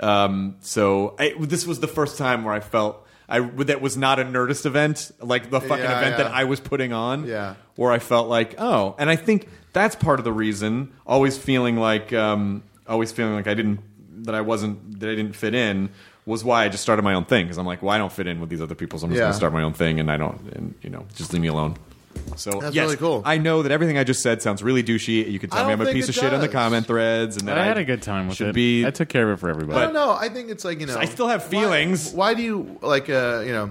Speaker 3: Um, so I, this was the first time where I felt. I, that was not a nerdist event, like the fucking
Speaker 8: Yeah,
Speaker 3: event that
Speaker 8: yeah.
Speaker 3: I was putting on
Speaker 8: Yeah.
Speaker 3: where I felt like, oh, and I think that's part of the reason. Always feeling like, um, always feeling like I didn't that I wasn't that I didn't fit in was why I just started my own thing because I'm like, well, I don't fit in with these other people, so I'm just
Speaker 8: Yeah.
Speaker 3: gonna start my own thing, and I don't, and you know, just leave me alone. So
Speaker 8: That's
Speaker 3: yes,
Speaker 8: really cool.
Speaker 3: I know that everything I just said sounds really douchey. You can
Speaker 8: I
Speaker 3: tell me
Speaker 8: don't
Speaker 3: I'm a
Speaker 8: think
Speaker 3: piece
Speaker 8: it
Speaker 3: of shit on the
Speaker 8: does.
Speaker 3: comment threads, and that
Speaker 6: I had a good time with
Speaker 3: should
Speaker 6: it.
Speaker 3: Be,
Speaker 6: I took care of it for everybody.
Speaker 8: I don't know. I think it's like you know.
Speaker 3: I still have feelings.
Speaker 8: Why, why do you like? Uh, you know,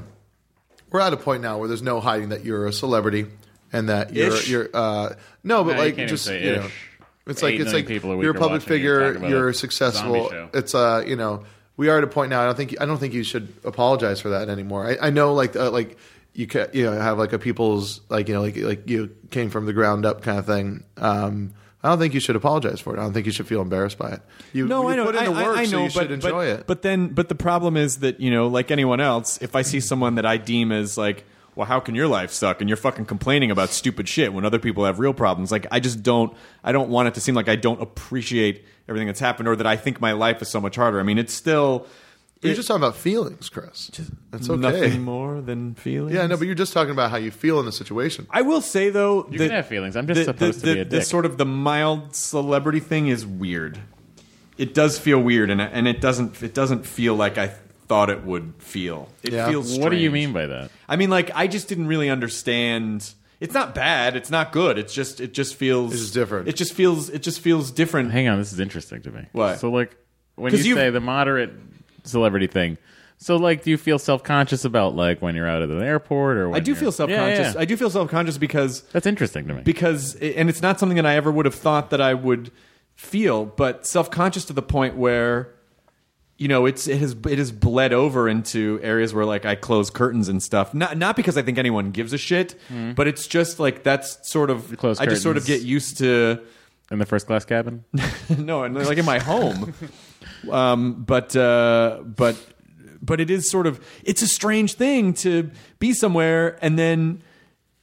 Speaker 8: we're at a point now where there's no hiding that you're a celebrity and that you're
Speaker 3: Ish.
Speaker 8: you're. Uh, no,
Speaker 6: No, you
Speaker 8: but like
Speaker 6: can't even
Speaker 8: just
Speaker 6: say
Speaker 8: you
Speaker 6: ish.
Speaker 8: know, it's
Speaker 6: Eight
Speaker 8: like it's
Speaker 6: million
Speaker 8: like
Speaker 6: people a week
Speaker 8: you're
Speaker 6: are
Speaker 8: a public
Speaker 6: watching you talk
Speaker 8: figure.
Speaker 6: about
Speaker 8: You're
Speaker 6: a
Speaker 8: successful.
Speaker 6: zombie show.
Speaker 8: It's uh, you know, we are at a point now. I don't think I don't think you should apologize for that anymore. I, I know, like uh, like. You, ca- you know, have like a people's like you know like like you came from the ground up kind of thing. Um, I don't think you should apologize for it. I don't think you should feel embarrassed by it. You
Speaker 3: No,
Speaker 8: you
Speaker 3: I know.
Speaker 8: put in
Speaker 3: I,
Speaker 8: the
Speaker 3: I-
Speaker 8: work,
Speaker 3: I know,
Speaker 8: so you
Speaker 3: but,
Speaker 8: should enjoy
Speaker 3: but,
Speaker 8: it.
Speaker 3: But then, but the problem is that you know, like anyone else, if I see someone that I deem as like, well, how can your life suck? And you're fucking complaining about stupid shit when other people have real problems. Like, I just don't. I don't want it to seem like I don't appreciate everything that's happened, or that I think my life is so much harder. I mean, it's still
Speaker 8: You're
Speaker 3: it-
Speaker 8: just talking about feelings, Chris. That's okay.
Speaker 3: nothing more than feelings.
Speaker 8: Yeah, no, but you're just talking about how you feel in the situation.
Speaker 3: I will say though,
Speaker 6: You can have feelings. I'm just supposed to be a
Speaker 3: the
Speaker 6: dick.
Speaker 3: sort of the mild celebrity thing is weird. It does feel weird, and and it doesn't it doesn't feel like I thought it would feel. It
Speaker 8: Yeah.
Speaker 3: feels.
Speaker 6: What do you
Speaker 3: strange.
Speaker 6: mean by that?
Speaker 3: I mean, like I just didn't really understand. It's not bad. It's not good. It's just it just feels.
Speaker 8: It's just different.
Speaker 3: It just feels. It just feels different.
Speaker 6: Hang on, this is interesting to me.
Speaker 3: What?
Speaker 6: So like when
Speaker 3: 'Cause
Speaker 6: you
Speaker 3: you've-
Speaker 6: say the moderate celebrity thing, so like do you feel self conscious about like when you're out at an airport or when
Speaker 3: I do
Speaker 6: you're-
Speaker 3: feel self conscious.
Speaker 6: Yeah, yeah.
Speaker 3: I do feel self conscious because
Speaker 6: That's interesting to me.
Speaker 3: because and it's not something that I ever would have thought that I would feel, but self conscious to the point where you know it's it has it has bled over into areas where like I close curtains and stuff. Not not because I think anyone gives a shit, but it's just like that's sort of
Speaker 6: Hmm. close
Speaker 3: I just sort of
Speaker 6: curtains.
Speaker 3: get used to (laughs)
Speaker 6: In the first class cabin,
Speaker 3: no, and like in my
Speaker 6: (laughs)
Speaker 3: home. um, but uh, but but it is sort of it's a strange thing to be somewhere and then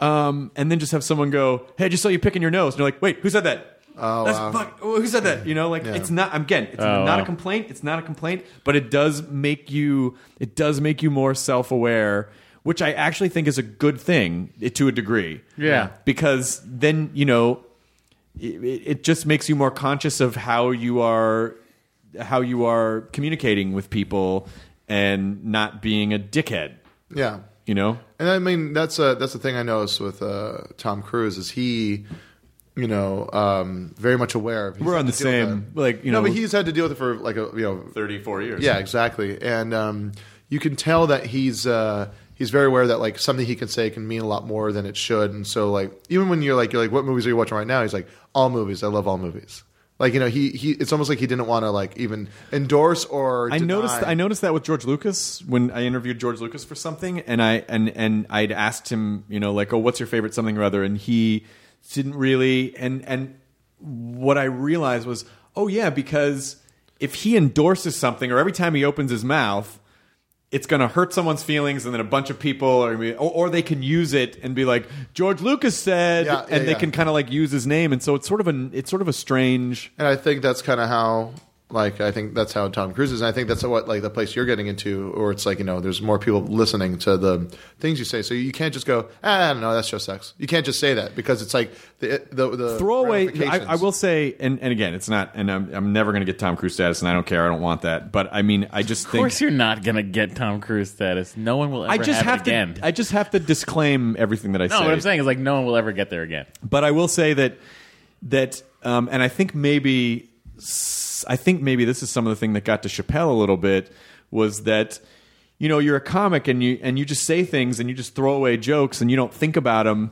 Speaker 3: um, and then just have someone go, "Hey, I just saw you picking your nose," and you're like, "Wait, who said that?" Oh, That's fuck. oh, Who said that? You know, like it's not. Again, it's not a
Speaker 6: Oh, wow.
Speaker 3: complaint. It's not a complaint, but it does make you. It does make you more self-aware, which I actually think is a good thing eh, to a degree.
Speaker 6: Yeah.
Speaker 3: because then you know it, it just makes you more conscious of how you are how you are communicating with people and not being a dickhead
Speaker 8: Yeah,
Speaker 3: you know
Speaker 8: and I mean that's uh, that's the thing I noticed with uh, Tom Cruise is he, you know, um, very much aware of. he's
Speaker 3: We're on
Speaker 8: had to
Speaker 3: the
Speaker 8: deal with
Speaker 3: same,
Speaker 8: that.
Speaker 3: like, you
Speaker 8: no,
Speaker 3: know-
Speaker 8: but he's had to deal with it for like a you know
Speaker 3: 34 years
Speaker 8: Yeah, exactly. And um, you can tell that he's uh, he's very aware that like something he can say can mean a lot more than it should. And so like even when you're like you're like what movies are you watching right now? He's like all movies. I love all movies. Like you know he he it's almost like he didn't want to like even endorse or
Speaker 3: I
Speaker 8: deny.
Speaker 3: noticed I noticed that with George Lucas when I interviewed George Lucas for something and I and and I'd asked him, you know, like, "Oh, what's your favorite something or other?" and he didn't really and and what I realized was, "Oh yeah, because if he endorses something or every time he opens his mouth, it's going to hurt someone's feelings and then a bunch of people or or, or they can use it and be like, "George Lucas said,"
Speaker 8: Yeah, yeah,
Speaker 3: and they
Speaker 8: yeah.
Speaker 3: can kind of like use his name and so it's sort of an it's sort of a strange
Speaker 8: And I think that's kind of how, like, I think that's how Tom Cruise is. And I think that's what, like, the place you're getting into, or it's like, you know, there's more people listening to the things you say. So you can't just go, ah, I don't know, that's just sex. You can't just say that because it's like the, the, the
Speaker 3: throwaway. I,
Speaker 8: ramifications.
Speaker 3: I will say, and, and again, it's not, and I'm, I'm never going to get Tom Cruise status, and I don't care. I don't want that. But I mean, I just
Speaker 6: of
Speaker 3: think
Speaker 6: course, you're not gonna get Tom Cruise status. No one will ever
Speaker 3: I just
Speaker 6: have,
Speaker 3: have,
Speaker 6: it
Speaker 3: to.
Speaker 6: again.
Speaker 3: I just have to disclaim everything that I
Speaker 6: no,
Speaker 3: say.
Speaker 6: what I'm saying is like no one will ever get there again.
Speaker 3: But I will say that that, um, and I think maybe, s- I think maybe this is some of the thing that got to Chappelle a little bit was that. You know, you're a comic, and you and you just say things, and you just throw away jokes, and you don't think about them.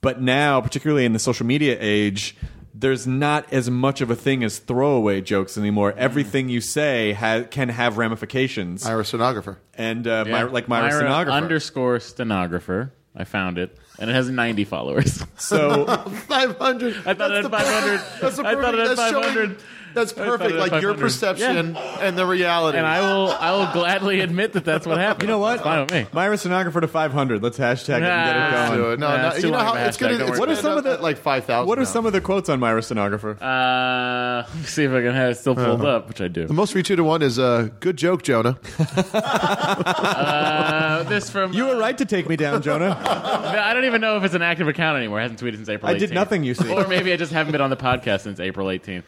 Speaker 3: But now, particularly in the social media age, there's not as much of a thing as throwaway jokes anymore. Everything you say ha- can have ramifications.
Speaker 8: Ira stenographer.
Speaker 3: and uh, my,
Speaker 6: Yeah.
Speaker 3: like Myra, stenographer.
Speaker 6: underscore stenographer. I found it, and it has 90 followers. (laughs)
Speaker 3: so
Speaker 8: 500.
Speaker 6: I thought it had 500.
Speaker 8: That's the
Speaker 6: I thought it
Speaker 8: perfect-
Speaker 6: had
Speaker 8: that's showing-
Speaker 6: 500.
Speaker 8: That's perfect.
Speaker 6: was
Speaker 8: Like your
Speaker 6: 500.
Speaker 8: perception and the reality.
Speaker 6: and I will I will gladly admit that that's what happened.
Speaker 3: You know what?
Speaker 6: It's fine with me.
Speaker 3: Myra Sonographer to 500. Let's hashtag it and get
Speaker 6: Ah.
Speaker 3: it going.
Speaker 8: do it. No,
Speaker 6: Nah,
Speaker 8: no,
Speaker 6: it's too
Speaker 8: you know
Speaker 6: long
Speaker 8: how
Speaker 6: of a
Speaker 8: it's
Speaker 6: hashtag.
Speaker 8: gonna.
Speaker 6: Don't
Speaker 8: It's
Speaker 6: worry
Speaker 3: What are
Speaker 8: gonna
Speaker 3: some
Speaker 8: end
Speaker 3: of
Speaker 8: up
Speaker 3: the
Speaker 8: at, like five thousand?
Speaker 3: What are some of the quotes on Myra Sonographer?
Speaker 6: Uh, let's see if I can have it still pulled up, which I do.
Speaker 3: Uh-huh.
Speaker 8: The most retweeted one is uh, "Good joke, Jonah."
Speaker 6: Uh, this from
Speaker 3: you were right to take me down, Jonah.
Speaker 6: (laughs) I don't even know if it's an active account anymore. I haven't tweeted since April.
Speaker 3: I did
Speaker 6: 18th.
Speaker 3: nothing, you see.
Speaker 6: Or maybe I just haven't been on the podcast since April 18th.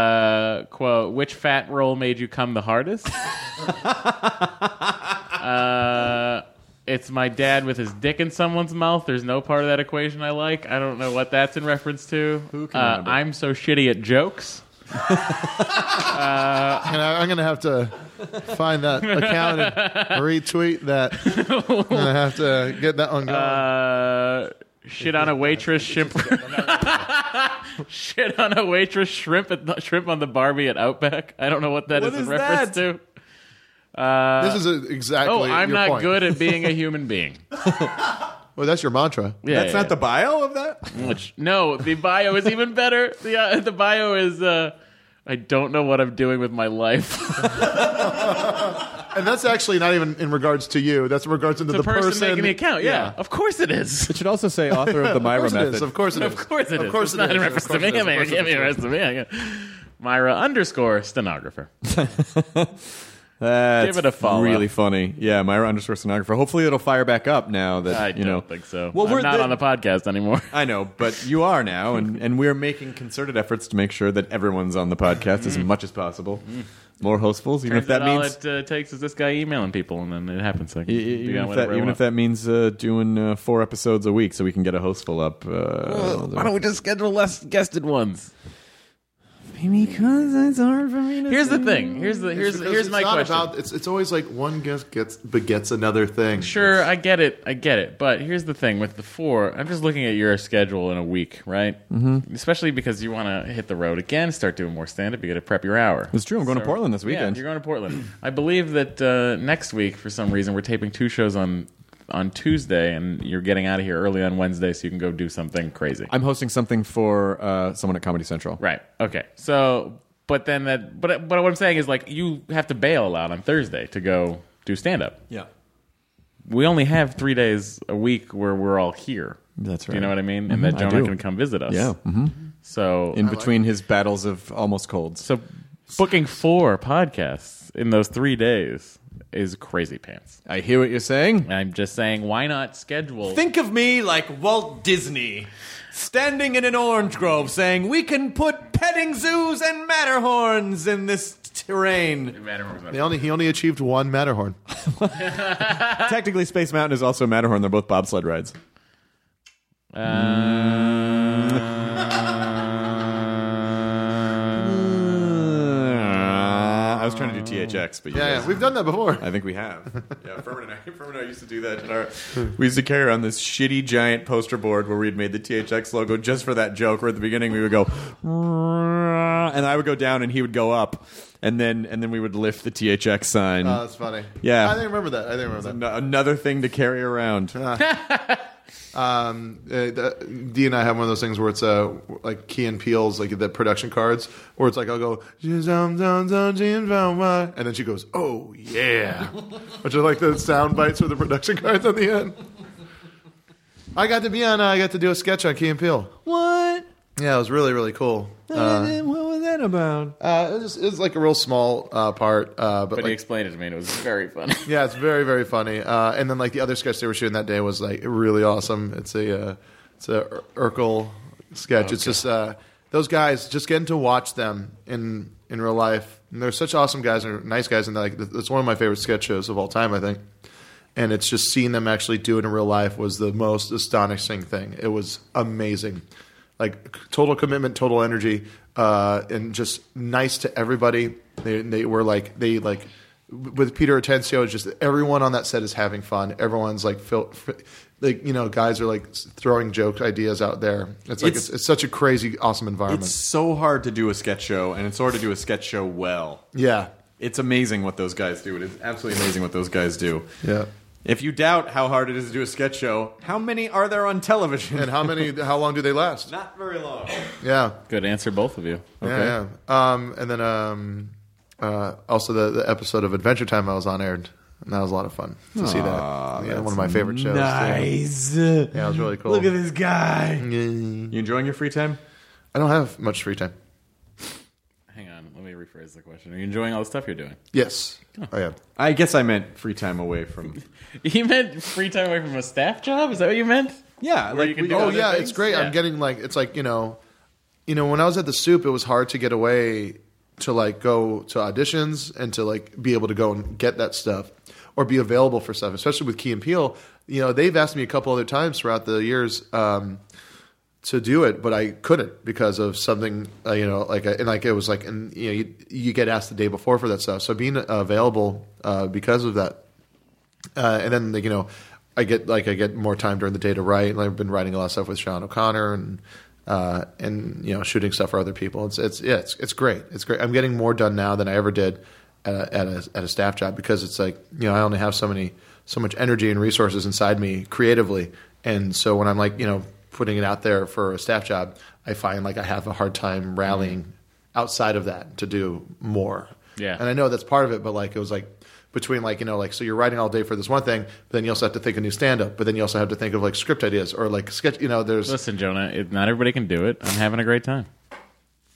Speaker 6: Uh, quote: Which fat roll made you come
Speaker 3: (laughs)
Speaker 6: the hardest? uh, it's my dad with his dick in someone's mouth. There's no part of that equation I like. I don't know what that's in reference to. Who
Speaker 3: can
Speaker 6: uh,
Speaker 3: remember?
Speaker 6: I'm so shitty at jokes.
Speaker 8: And I, I'm gonna have to find that account and retweet that. I'm gonna have to get that one going.
Speaker 6: Uh, shit on a waitress shrimp. (laughs) shit on a waitress shrimp at the, shrimp on the Barbie at Outback. I don't know what that is
Speaker 3: What
Speaker 6: in
Speaker 3: is
Speaker 6: reference
Speaker 3: that?
Speaker 6: to. Uh,
Speaker 8: this is a, exactly.
Speaker 6: oh, I'm
Speaker 8: your
Speaker 6: not
Speaker 8: point.
Speaker 6: good at being a human being.
Speaker 8: Well, that's your mantra.
Speaker 6: Yeah,
Speaker 3: That's not the bio of that?
Speaker 6: the which. No, the bio is even better. The uh, the bio is. Uh, I don't know what I'm doing with my life.
Speaker 8: And that's actually not even in regards to you. That's in regards to the,
Speaker 6: (laughs) the, person, making the account. Yeah,
Speaker 8: yeah.
Speaker 6: of course it is.
Speaker 3: It should also say author of the
Speaker 8: Of
Speaker 3: Myra
Speaker 8: course it
Speaker 3: method.
Speaker 8: is. Of course it
Speaker 6: (laughs)
Speaker 8: is.
Speaker 6: Of course it is.
Speaker 8: Of course
Speaker 6: it's
Speaker 8: it
Speaker 6: not
Speaker 8: is.
Speaker 6: in reference
Speaker 8: Of
Speaker 6: to
Speaker 8: course
Speaker 6: me.
Speaker 8: it is.
Speaker 6: I
Speaker 8: Of
Speaker 6: mean, it
Speaker 8: course
Speaker 6: can't be
Speaker 8: it
Speaker 6: in
Speaker 8: is.
Speaker 6: reference to me. I guess. Myra underscore stenographer.
Speaker 3: That's
Speaker 6: Give it a follow.
Speaker 3: Really funny. Yeah, Myra underscore sonographer. Hopefully it'll fire back up now that
Speaker 6: I
Speaker 3: you
Speaker 6: don't
Speaker 3: know.
Speaker 6: think so.
Speaker 3: Well,
Speaker 6: I'm
Speaker 3: we're
Speaker 6: not
Speaker 3: the-
Speaker 6: on the podcast anymore. (laughs)
Speaker 3: I know, but you are now, and, and we're making concerted efforts to make sure that everyone's on the podcast as much as possible. More hostfuls, even if that
Speaker 6: all
Speaker 3: means
Speaker 6: Mm-hmm. it uh, takes is this guy emailing people, and then it happens. Like,
Speaker 3: e-
Speaker 6: you
Speaker 3: e- even
Speaker 6: got
Speaker 3: if
Speaker 6: whatever
Speaker 3: that,
Speaker 6: I
Speaker 3: even
Speaker 6: want.
Speaker 3: if that means uh, doing uh, four episodes a week, so we can get a hostful up. Uh,
Speaker 6: why don't we just schedule less guested ones?
Speaker 3: because it's hard for me to.
Speaker 6: Here's the thing. Here's the
Speaker 8: It's
Speaker 6: here's
Speaker 8: because
Speaker 6: here's
Speaker 8: it's
Speaker 6: my
Speaker 8: not
Speaker 6: question.
Speaker 8: About, it's, it's always like one guest gets begets another thing.
Speaker 6: sure, I get it. I get it. But here's the thing with the four. I'm just looking at your schedule in a week, right? Mm-hmm. Especially because you want to hit the road again, start doing more stand up. You got to prep your hour.
Speaker 3: It's true. I'm going to
Speaker 6: So-
Speaker 3: Portland this weekend.
Speaker 6: Yeah, you're going to Portland. (clears throat) I believe that uh, next week, for some reason, we're taping two shows on on Tuesday, and you're getting out of here early on Wednesday, so you can go do something crazy.
Speaker 3: I'm hosting something for uh, someone at Comedy Central.
Speaker 6: Right. Okay. So, but then that, but but what I'm saying is like you have to bail a lot on Thursday to go do stand up.
Speaker 3: Yeah.
Speaker 6: We only have three days a week where we're all here.
Speaker 3: That's
Speaker 6: Do you know
Speaker 3: right.
Speaker 6: what I mean?
Speaker 3: Mhm,
Speaker 6: And that
Speaker 3: I
Speaker 6: Jonah
Speaker 3: do.
Speaker 6: can come visit us.
Speaker 3: Yeah. hmm
Speaker 6: So
Speaker 3: In between his battles of almost colds.
Speaker 6: so booking four podcasts in those three days is crazy pants.
Speaker 3: I hear what you're saying.
Speaker 6: And I'm just saying, why not schedule?
Speaker 3: Think of me like Walt Disney, standing in an orange grove saying, We can put petting zoos and matterhorns in this terrain.
Speaker 8: They only, he only achieved one Matterhorn.
Speaker 3: Technically, Space Mountain is also a matterhorn. They're both bobsled rides. (laughs) I was trying to do THX, but you
Speaker 8: Yeah,
Speaker 3: guys-
Speaker 8: yeah, we've done that before. Oh,
Speaker 3: I think we have. Yeah, Furman and I, (laughs) Furman and I used to do that. In our, we used to carry around this shitty giant poster board where we'd made the THX logo just for that joke. Where at the beginning we would go, and I would go down and he would go up, and then and then we would lift the THX sign.
Speaker 8: Oh, that's funny.
Speaker 3: Yeah.
Speaker 8: I didn't remember that. I didn't remember that.
Speaker 3: An- Another thing to carry around.
Speaker 8: Uh, Um, uh, the- Dee and I have one of those things where it's uh, like Key and Peele's like the production cards, where it's like I'll go "Jim, Jim, Jim, Jim, Jim, Jim, why?" and then she goes, "Oh yeah," which are like the sound bites with the production cards on the end. I got to be on. Uh, I got to do a sketch on Key and Peele.
Speaker 3: What?
Speaker 8: Yeah, it was really really cool. Uh,
Speaker 3: what was that about?
Speaker 8: uh, it, was, it was like a real small uh, part, uh, but,
Speaker 6: but he
Speaker 8: like,
Speaker 6: explained it to me, and it was very
Speaker 3: (laughs)
Speaker 6: funny.
Speaker 8: yeah, it's very very funny. Uh, and then like the other sketch they were shooting that day was like really awesome. It's a uh, it's a Ur- Urkel sketch. It's just uh, those guys just getting to watch them in in real life. And they're such awesome guys and nice guys. And like th- it's one of my favorite sketch shows of all time. I think. And it's just seeing them actually do it in real life was the most astonishing thing. It was amazing, like c- total commitment, total energy, uh, and just nice to everybody. They, they were like they like with Peter Atencio, it's just everyone on that set is having fun. Everyone's like, fil- f- like you know, guys are like s- throwing joke ideas out there. It's like
Speaker 3: It's-
Speaker 8: it's, it's such a crazy, awesome environment.
Speaker 3: It's so hard to do a sketch show, and it's hard to do a sketch show well.
Speaker 8: yeah,
Speaker 3: It's amazing what those guys do. It is absolutely amazing what those guys do.
Speaker 8: yeah.
Speaker 3: If you doubt how hard it is to do a sketch show, how many are there on television?
Speaker 8: And how many? How long do they last?
Speaker 3: Not very long.
Speaker 8: Yeah,
Speaker 6: Good answer, both of you. Okay.
Speaker 8: yeah, yeah. Um, and then um, uh, also the, the episode of Adventure Time I was on aired, and that was a lot of fun to see that. Yeah, one of my favorite shows. too.
Speaker 3: Nice.
Speaker 8: Yeah, it was really cool.
Speaker 3: Look at this guy.
Speaker 8: I
Speaker 3: You enjoying your free time?
Speaker 8: don't have much free time.
Speaker 6: Hang on, let me rephrase the question. Are you enjoying all the stuff you're doing?
Speaker 8: Yes, I am.
Speaker 3: I guess I meant free time away
Speaker 6: (laughs)
Speaker 3: from.
Speaker 6: You meant free time away from a staff job? Is that what you meant?
Speaker 3: Yeah,
Speaker 6: Where
Speaker 3: like
Speaker 6: you can
Speaker 3: we-
Speaker 6: do
Speaker 8: Oh
Speaker 6: other
Speaker 8: yeah,
Speaker 6: things?
Speaker 8: it's great.
Speaker 6: Yeah.
Speaker 8: I'm getting like it's like you know, you know when I was at the soup, it was hard to get away to like go to auditions and to like be able to go and get that stuff or be available for stuff, especially with Key and Peele. You know, they've asked me a couple other times throughout the years. Um, to do it, but I couldn't because of something, uh, you know, like, I, and like it was like, and you know, you, you get asked the day before for that stuff. So being uh, available uh, because of that, uh, and then like, you know, I get like I get more time during the day to write. Like, I've been writing a lot of stuff with Sean O'Connor and uh, and you know shooting stuff for other people. It's it's yeah, it's it's great. It's great. I'm getting more done now than I ever did at a, at a at a staff job because it's like you know I only have so many so much energy and resources inside me creatively, and so when I'm like you know putting it out there for a staff job, I find like I have a hard time rallying outside of that to do more.
Speaker 6: Yeah.
Speaker 8: and I know that's part of it, but like it was like between like you know like so you're writing all day for this one thing, but then you also have to think of new stand up, but then you also have to think of like script ideas or like sketch. You know, there's
Speaker 6: Listen, Jonah, it, not everybody can do it. I'm having a great time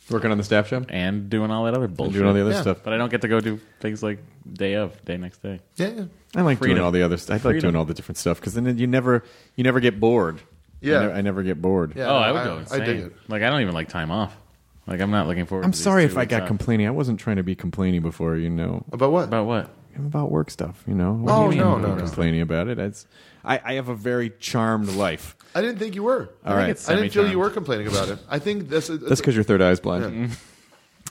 Speaker 3: working on the staff job
Speaker 6: and doing all that other bullshit.
Speaker 3: and doing all the other
Speaker 8: Yeah.
Speaker 3: stuff.
Speaker 6: But I don't get to go do things like day of, day next day.
Speaker 8: yeah, yeah.
Speaker 3: I like
Speaker 6: Freedom.
Speaker 3: doing all the other. St- I like
Speaker 6: Freedom.
Speaker 3: doing all the different stuff because then you never you never get bored.
Speaker 8: Yeah.
Speaker 3: I, ne- I never get bored.
Speaker 8: Yeah,
Speaker 6: oh, I
Speaker 8: no,
Speaker 6: would go insane.
Speaker 8: I dig it.
Speaker 6: Like I don't even like time off. Like I'm not looking forward.
Speaker 3: I'm
Speaker 6: to these
Speaker 3: sorry
Speaker 6: two
Speaker 3: if I
Speaker 6: weeks
Speaker 3: got
Speaker 6: off.
Speaker 3: complaining. I wasn't trying to be complaining before, you know,
Speaker 8: About what?
Speaker 6: about what?
Speaker 3: about work stuff. You know, What
Speaker 8: Oh,
Speaker 3: do you
Speaker 8: no,
Speaker 3: mean
Speaker 8: no,
Speaker 3: I'm
Speaker 8: no.
Speaker 3: complaining about it. It's, I, I have a very charmed life.
Speaker 8: I didn't think you were.
Speaker 3: All right,
Speaker 8: I didn't feel you were complaining about it. I think that's a,
Speaker 3: that's because your third eye is blind.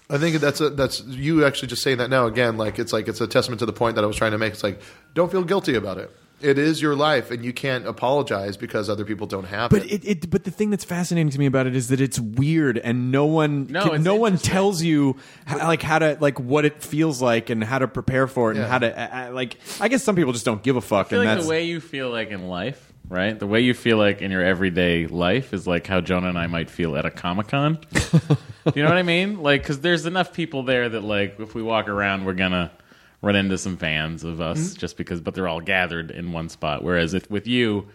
Speaker 8: I think that's a, that's you actually just saying that now again. Like it's like it's a testament to the point that I was trying to make. It's like don't feel guilty about it. It is your life, and you can't apologize because other people don't
Speaker 3: (laughs)
Speaker 8: have
Speaker 3: But it, it but the thing that's fascinating to me about it is that it's weird and no one
Speaker 6: No,
Speaker 3: can-
Speaker 6: it's
Speaker 3: no one
Speaker 6: interesting.
Speaker 3: tells you how, like how to like what it feels like and how to prepare for it
Speaker 8: Yeah.
Speaker 3: and how to uh, uh, like I guess some people just don't give a fuck
Speaker 6: I feel
Speaker 3: and
Speaker 6: like
Speaker 3: that's
Speaker 6: the way you feel like in life, right? The way you feel like in your everyday life is like how Jonah and I might feel at a
Speaker 3: (laughs)
Speaker 6: Comic Con. you know what I mean? Like, because there's enough people there that like if we walk around, we're gonna run into some fans of us
Speaker 3: Mm-hmm.
Speaker 6: just because. But they're all gathered in one spot. Whereas if with you.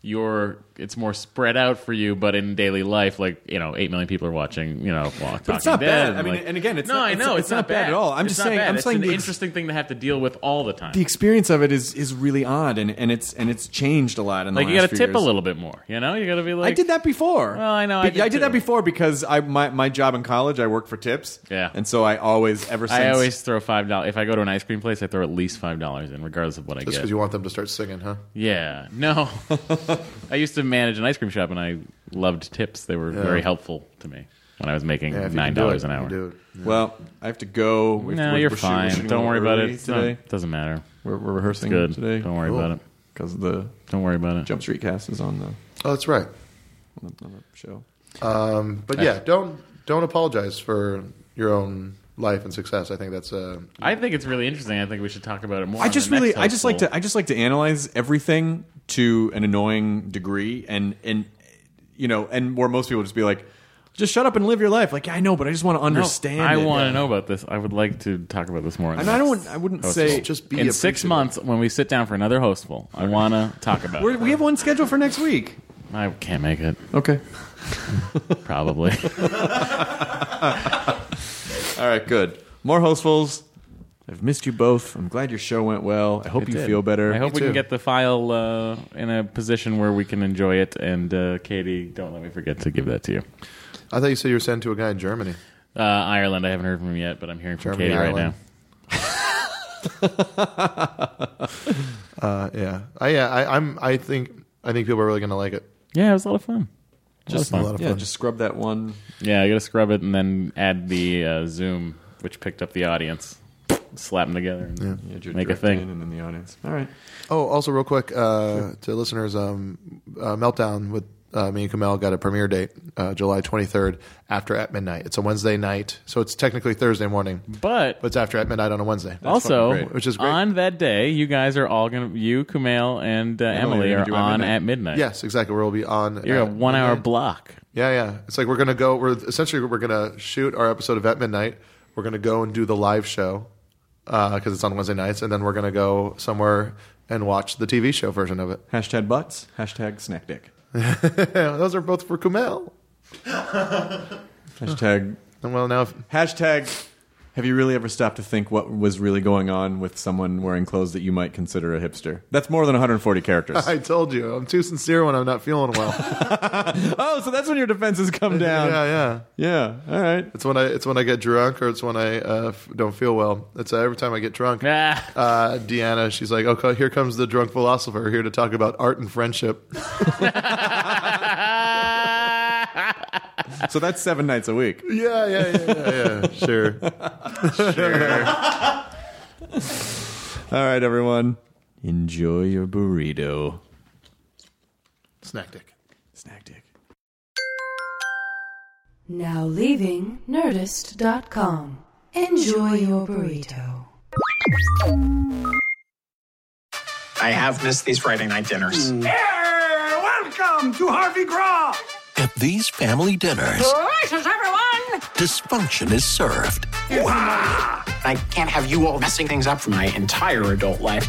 Speaker 6: You're, it's more spread out for you, but in daily life, like you know, eight million people are watching. You know, Walk,
Speaker 3: But it's
Speaker 6: Talking
Speaker 3: not bad.
Speaker 6: Dead,
Speaker 3: I mean,
Speaker 6: like-
Speaker 3: and again, it's
Speaker 6: no,
Speaker 3: not-
Speaker 6: I
Speaker 3: it's-
Speaker 6: know
Speaker 3: it's not bad at all. I'm
Speaker 6: It's
Speaker 3: just
Speaker 6: not
Speaker 3: saying-
Speaker 6: bad.
Speaker 3: I'm
Speaker 6: It's
Speaker 3: saying
Speaker 6: an
Speaker 3: the ex-
Speaker 6: interesting thing to have to deal with all the time.
Speaker 3: the experience of it is is really odd and, and it's and it's changed a lot in the
Speaker 6: Like
Speaker 3: last
Speaker 6: you got to
Speaker 3: few
Speaker 6: tip
Speaker 3: years.
Speaker 6: a little bit more. You know, you got to be like.
Speaker 3: I did that before.
Speaker 6: Well, I know, I
Speaker 3: Be-
Speaker 6: did too.
Speaker 3: that before because I my, my job in college I worked for tips.
Speaker 6: Yeah.
Speaker 3: and so I always ever since
Speaker 6: I always throw five dollars. If I go to an ice cream place, I throw at least five dollars in, regardless of what I
Speaker 8: Just
Speaker 6: get.
Speaker 8: because you want them to start singing, huh?
Speaker 6: yeah, no. (laughs) I used to manage an ice cream shop, and I loved tips. They were very helpful to me when I was making
Speaker 8: Yeah, if you
Speaker 6: nine
Speaker 8: can do
Speaker 6: dollars
Speaker 8: it,
Speaker 6: an
Speaker 8: you
Speaker 6: hour.
Speaker 8: do it.
Speaker 3: well I have to go. We have to-
Speaker 6: No,
Speaker 3: we're-
Speaker 6: you're
Speaker 3: we're shooting- we're
Speaker 6: fine.
Speaker 3: shooting a
Speaker 6: Don't
Speaker 3: little
Speaker 6: worry about
Speaker 3: early
Speaker 6: it.
Speaker 3: today.
Speaker 6: Today doesn't matter.
Speaker 10: We're, we're rehearsing
Speaker 6: Good.
Speaker 10: today
Speaker 6: Don't worry about it.
Speaker 10: because the
Speaker 6: Don't worry about it.
Speaker 10: Jump Street cast is on the,
Speaker 8: Oh, that's right.
Speaker 10: on the, on the show.
Speaker 8: But yeah, don't don't apologize for your own life and success. I think that's uh,
Speaker 6: I think it's really interesting. I think we should talk about it more.
Speaker 3: I
Speaker 6: on the
Speaker 3: just really,
Speaker 6: next
Speaker 3: I just like
Speaker 6: Hopeful.
Speaker 3: to, I just like to analyze everything to an annoying degree, and and you know, and where most people just be like, just shut up and live your life. Like, yeah, I know, but I just want to
Speaker 6: No,
Speaker 3: understand.
Speaker 6: I
Speaker 3: it.
Speaker 6: want to know about this. I would like to talk about this more. in
Speaker 3: And
Speaker 6: the
Speaker 3: I
Speaker 6: next-
Speaker 3: don't, I wouldn't
Speaker 6: Hostful.
Speaker 3: say
Speaker 8: just be
Speaker 6: Oh, In six
Speaker 8: appreciative.
Speaker 6: months, when we sit down for another hostful, I want to talk about
Speaker 3: We're,
Speaker 6: it.
Speaker 3: we have one scheduled for next week.
Speaker 6: I can't make it.
Speaker 10: Okay.
Speaker 6: Probably.
Speaker 3: All right, good. More hostfuls.
Speaker 10: I've missed you both. I'm glad your show went well. I hope
Speaker 3: Hope you feel better.
Speaker 6: I hope we
Speaker 8: too.
Speaker 6: can get the file uh, in a position where we can enjoy it. And uh, Katie, don't let me forget to give that to you.
Speaker 8: I thought you said you were sent to a guy in Germany.
Speaker 6: Uh, Ireland, I haven't heard from him yet, but I'm hearing from
Speaker 8: Germany,
Speaker 6: Katie right now.
Speaker 8: Ireland. (laughs) Uh, yeah, I, yeah. I, I'm. I think. I think people are really gonna like it.
Speaker 6: Yeah, it was a lot of fun.
Speaker 10: Just
Speaker 6: a lot
Speaker 8: of
Speaker 10: yeah,
Speaker 8: fun.
Speaker 10: just scrub that one.
Speaker 6: Yeah, I got to scrub it and then add the uh, Zoom, which picked up the audience, slap them together, and
Speaker 10: Yeah,
Speaker 6: make a
Speaker 10: direct
Speaker 6: thing.
Speaker 10: in and in the audience. All right.
Speaker 8: Oh, also real quick uh, to listeners, um, uh, Meltdown with uh, me and Kamel got a premiere date uh, July 23rd after at midnight. It's a Wednesday night, so it's technically Thursday morning,
Speaker 6: but
Speaker 8: but it's after at midnight on a Wednesday.
Speaker 6: also,
Speaker 8: which is great.
Speaker 6: on that day, you guys are all gonna you, Kumail, and uh, Emily
Speaker 8: we're gonna
Speaker 6: are
Speaker 8: do at
Speaker 6: on
Speaker 8: midnight.
Speaker 6: at midnight.
Speaker 8: Yes, exactly. We'll be on.
Speaker 6: you're a
Speaker 8: at
Speaker 6: one hour
Speaker 8: midnight.
Speaker 6: block.
Speaker 8: Yeah, yeah. It's like we're gonna go. We're essentially we're gonna shoot our episode of At Midnight. We're gonna go and do the live show because it's on Wednesday nights, and then we're gonna go somewhere and watch the TV show version of it. (laughs)
Speaker 3: Hashtag butts. Hashtag snack dick.
Speaker 8: Those are both for Kumail.
Speaker 3: Hashtag.
Speaker 8: well, now.
Speaker 3: Hashtag. Have you really ever stopped to think what was really going on with someone wearing clothes that you might consider a hipster? That's more than 140
Speaker 6: (laughs)
Speaker 3: characters.
Speaker 8: (laughs) I told you, I'm too sincere when I'm not feeling well.
Speaker 3: oh, so that's when your defenses
Speaker 6: (laughs)
Speaker 3: come down.
Speaker 8: yeah, yeah.
Speaker 3: Yeah. All right.
Speaker 8: It's when I it's when I get drunk or it's when I uh, f- don't feel well. It's uh, every time I get drunk.
Speaker 6: Ah.
Speaker 8: Uh, Deanna, she's like, "Okay, here comes the drunk philosopher here to talk about art and friendship."
Speaker 3: So that's seven nights a week.
Speaker 8: yeah, yeah, yeah, yeah, (laughs) yeah. Sure.
Speaker 3: All right, everyone. Enjoy your burrito.
Speaker 8: Snack dick.
Speaker 3: Snack dick.
Speaker 5: Now leaving Nerdist.com. Enjoy your burrito.
Speaker 11: I have missed these Friday night dinners.
Speaker 9: welcome to Harvey Graw.
Speaker 12: At these family dinners,
Speaker 9: Gracious, everyone.
Speaker 12: dysfunction is
Speaker 4: (laughs)
Speaker 12: served.
Speaker 11: I can't have you all messing things up for my entire adult life.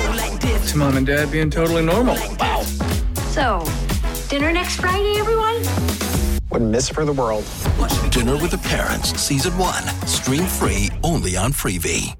Speaker 13: It's mom and dad being totally normal.
Speaker 11: Wow.
Speaker 14: So, dinner next Friday, everyone?
Speaker 11: Would miss for the world.
Speaker 12: Dinner with the Parents, Season 1, stream free only on Freevee.